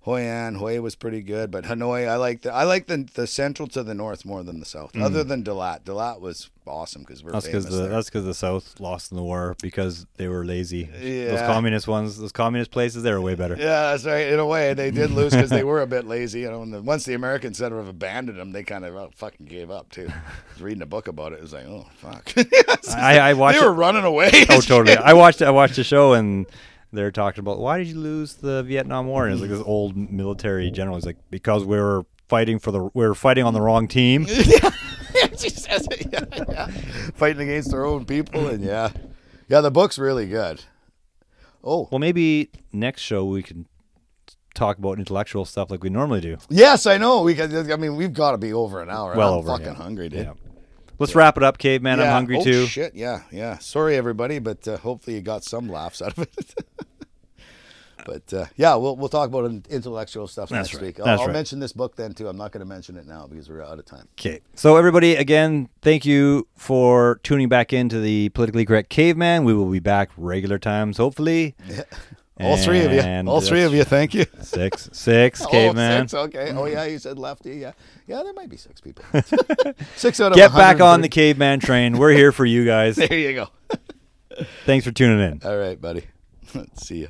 B: Hoi An, Hoi was pretty good, but Hanoi, I like the I like the the central to the north more than the south. Other than Dalat, Dalat was awesome because we're
A: Hmm. That's
B: famous
A: because the
B: there.
A: that's because the South lost in the war because they were lazy. Those
B: Yeah.
A: communist ones, those communist places, they were way better.
B: Yeah, that's right. In a way, they did lose because they were a bit lazy. You know, and the, once the Americans sort of abandoned them, they kind of oh, fucking gave up too. I was reading a book about it. It was like, oh fuck,
A: I, I watched.
B: they
A: it-
B: were running away.
A: oh, totally. I watched. I watched the show and they're talking about why did you lose the Vietnam War? And it's like this old military general. He's like because we were fighting for the we were fighting on the wrong team.
B: She says it, yeah, yeah. Fighting against their own people, and yeah, yeah. The book's really good. Oh,
A: Well, maybe next show we can talk about intellectual stuff like we normally do.
B: yes, I know. We, got- I mean, we've got to be over an hour.
A: Well
B: I'm
A: over,
B: Fucking
A: yeah.
B: hungry, dude.
A: Yeah. Let's wrap it up, caveman. I'm
B: Yeah.
A: hungry
B: Oh,
A: too.
B: Shit, yeah, yeah. Sorry, everybody, but uh, hopefully you got some laughs out of it. but uh, yeah, we'll we'll talk about intellectual stuff next
A: right.
B: week. I'll,
A: That's
B: I'll
A: right.
B: mention this book then too. I'm not going to mention it now because we're out of time.
A: Okay. So everybody, again, thank you for tuning back into the politically correct caveman. We will be back regular times, hopefully.
B: All three of
A: And
B: you. All three of
A: that's
B: you. Thank you.
A: Six, six, caveman.
B: Oh, six, okay. Oh yeah, you said lefty. Yeah, yeah. There might be six people. six out of
A: Get back on the
B: 130.
A: caveman train. We're here for you guys.
B: There you go.
A: Thanks for tuning in.
B: All right, buddy. See ya.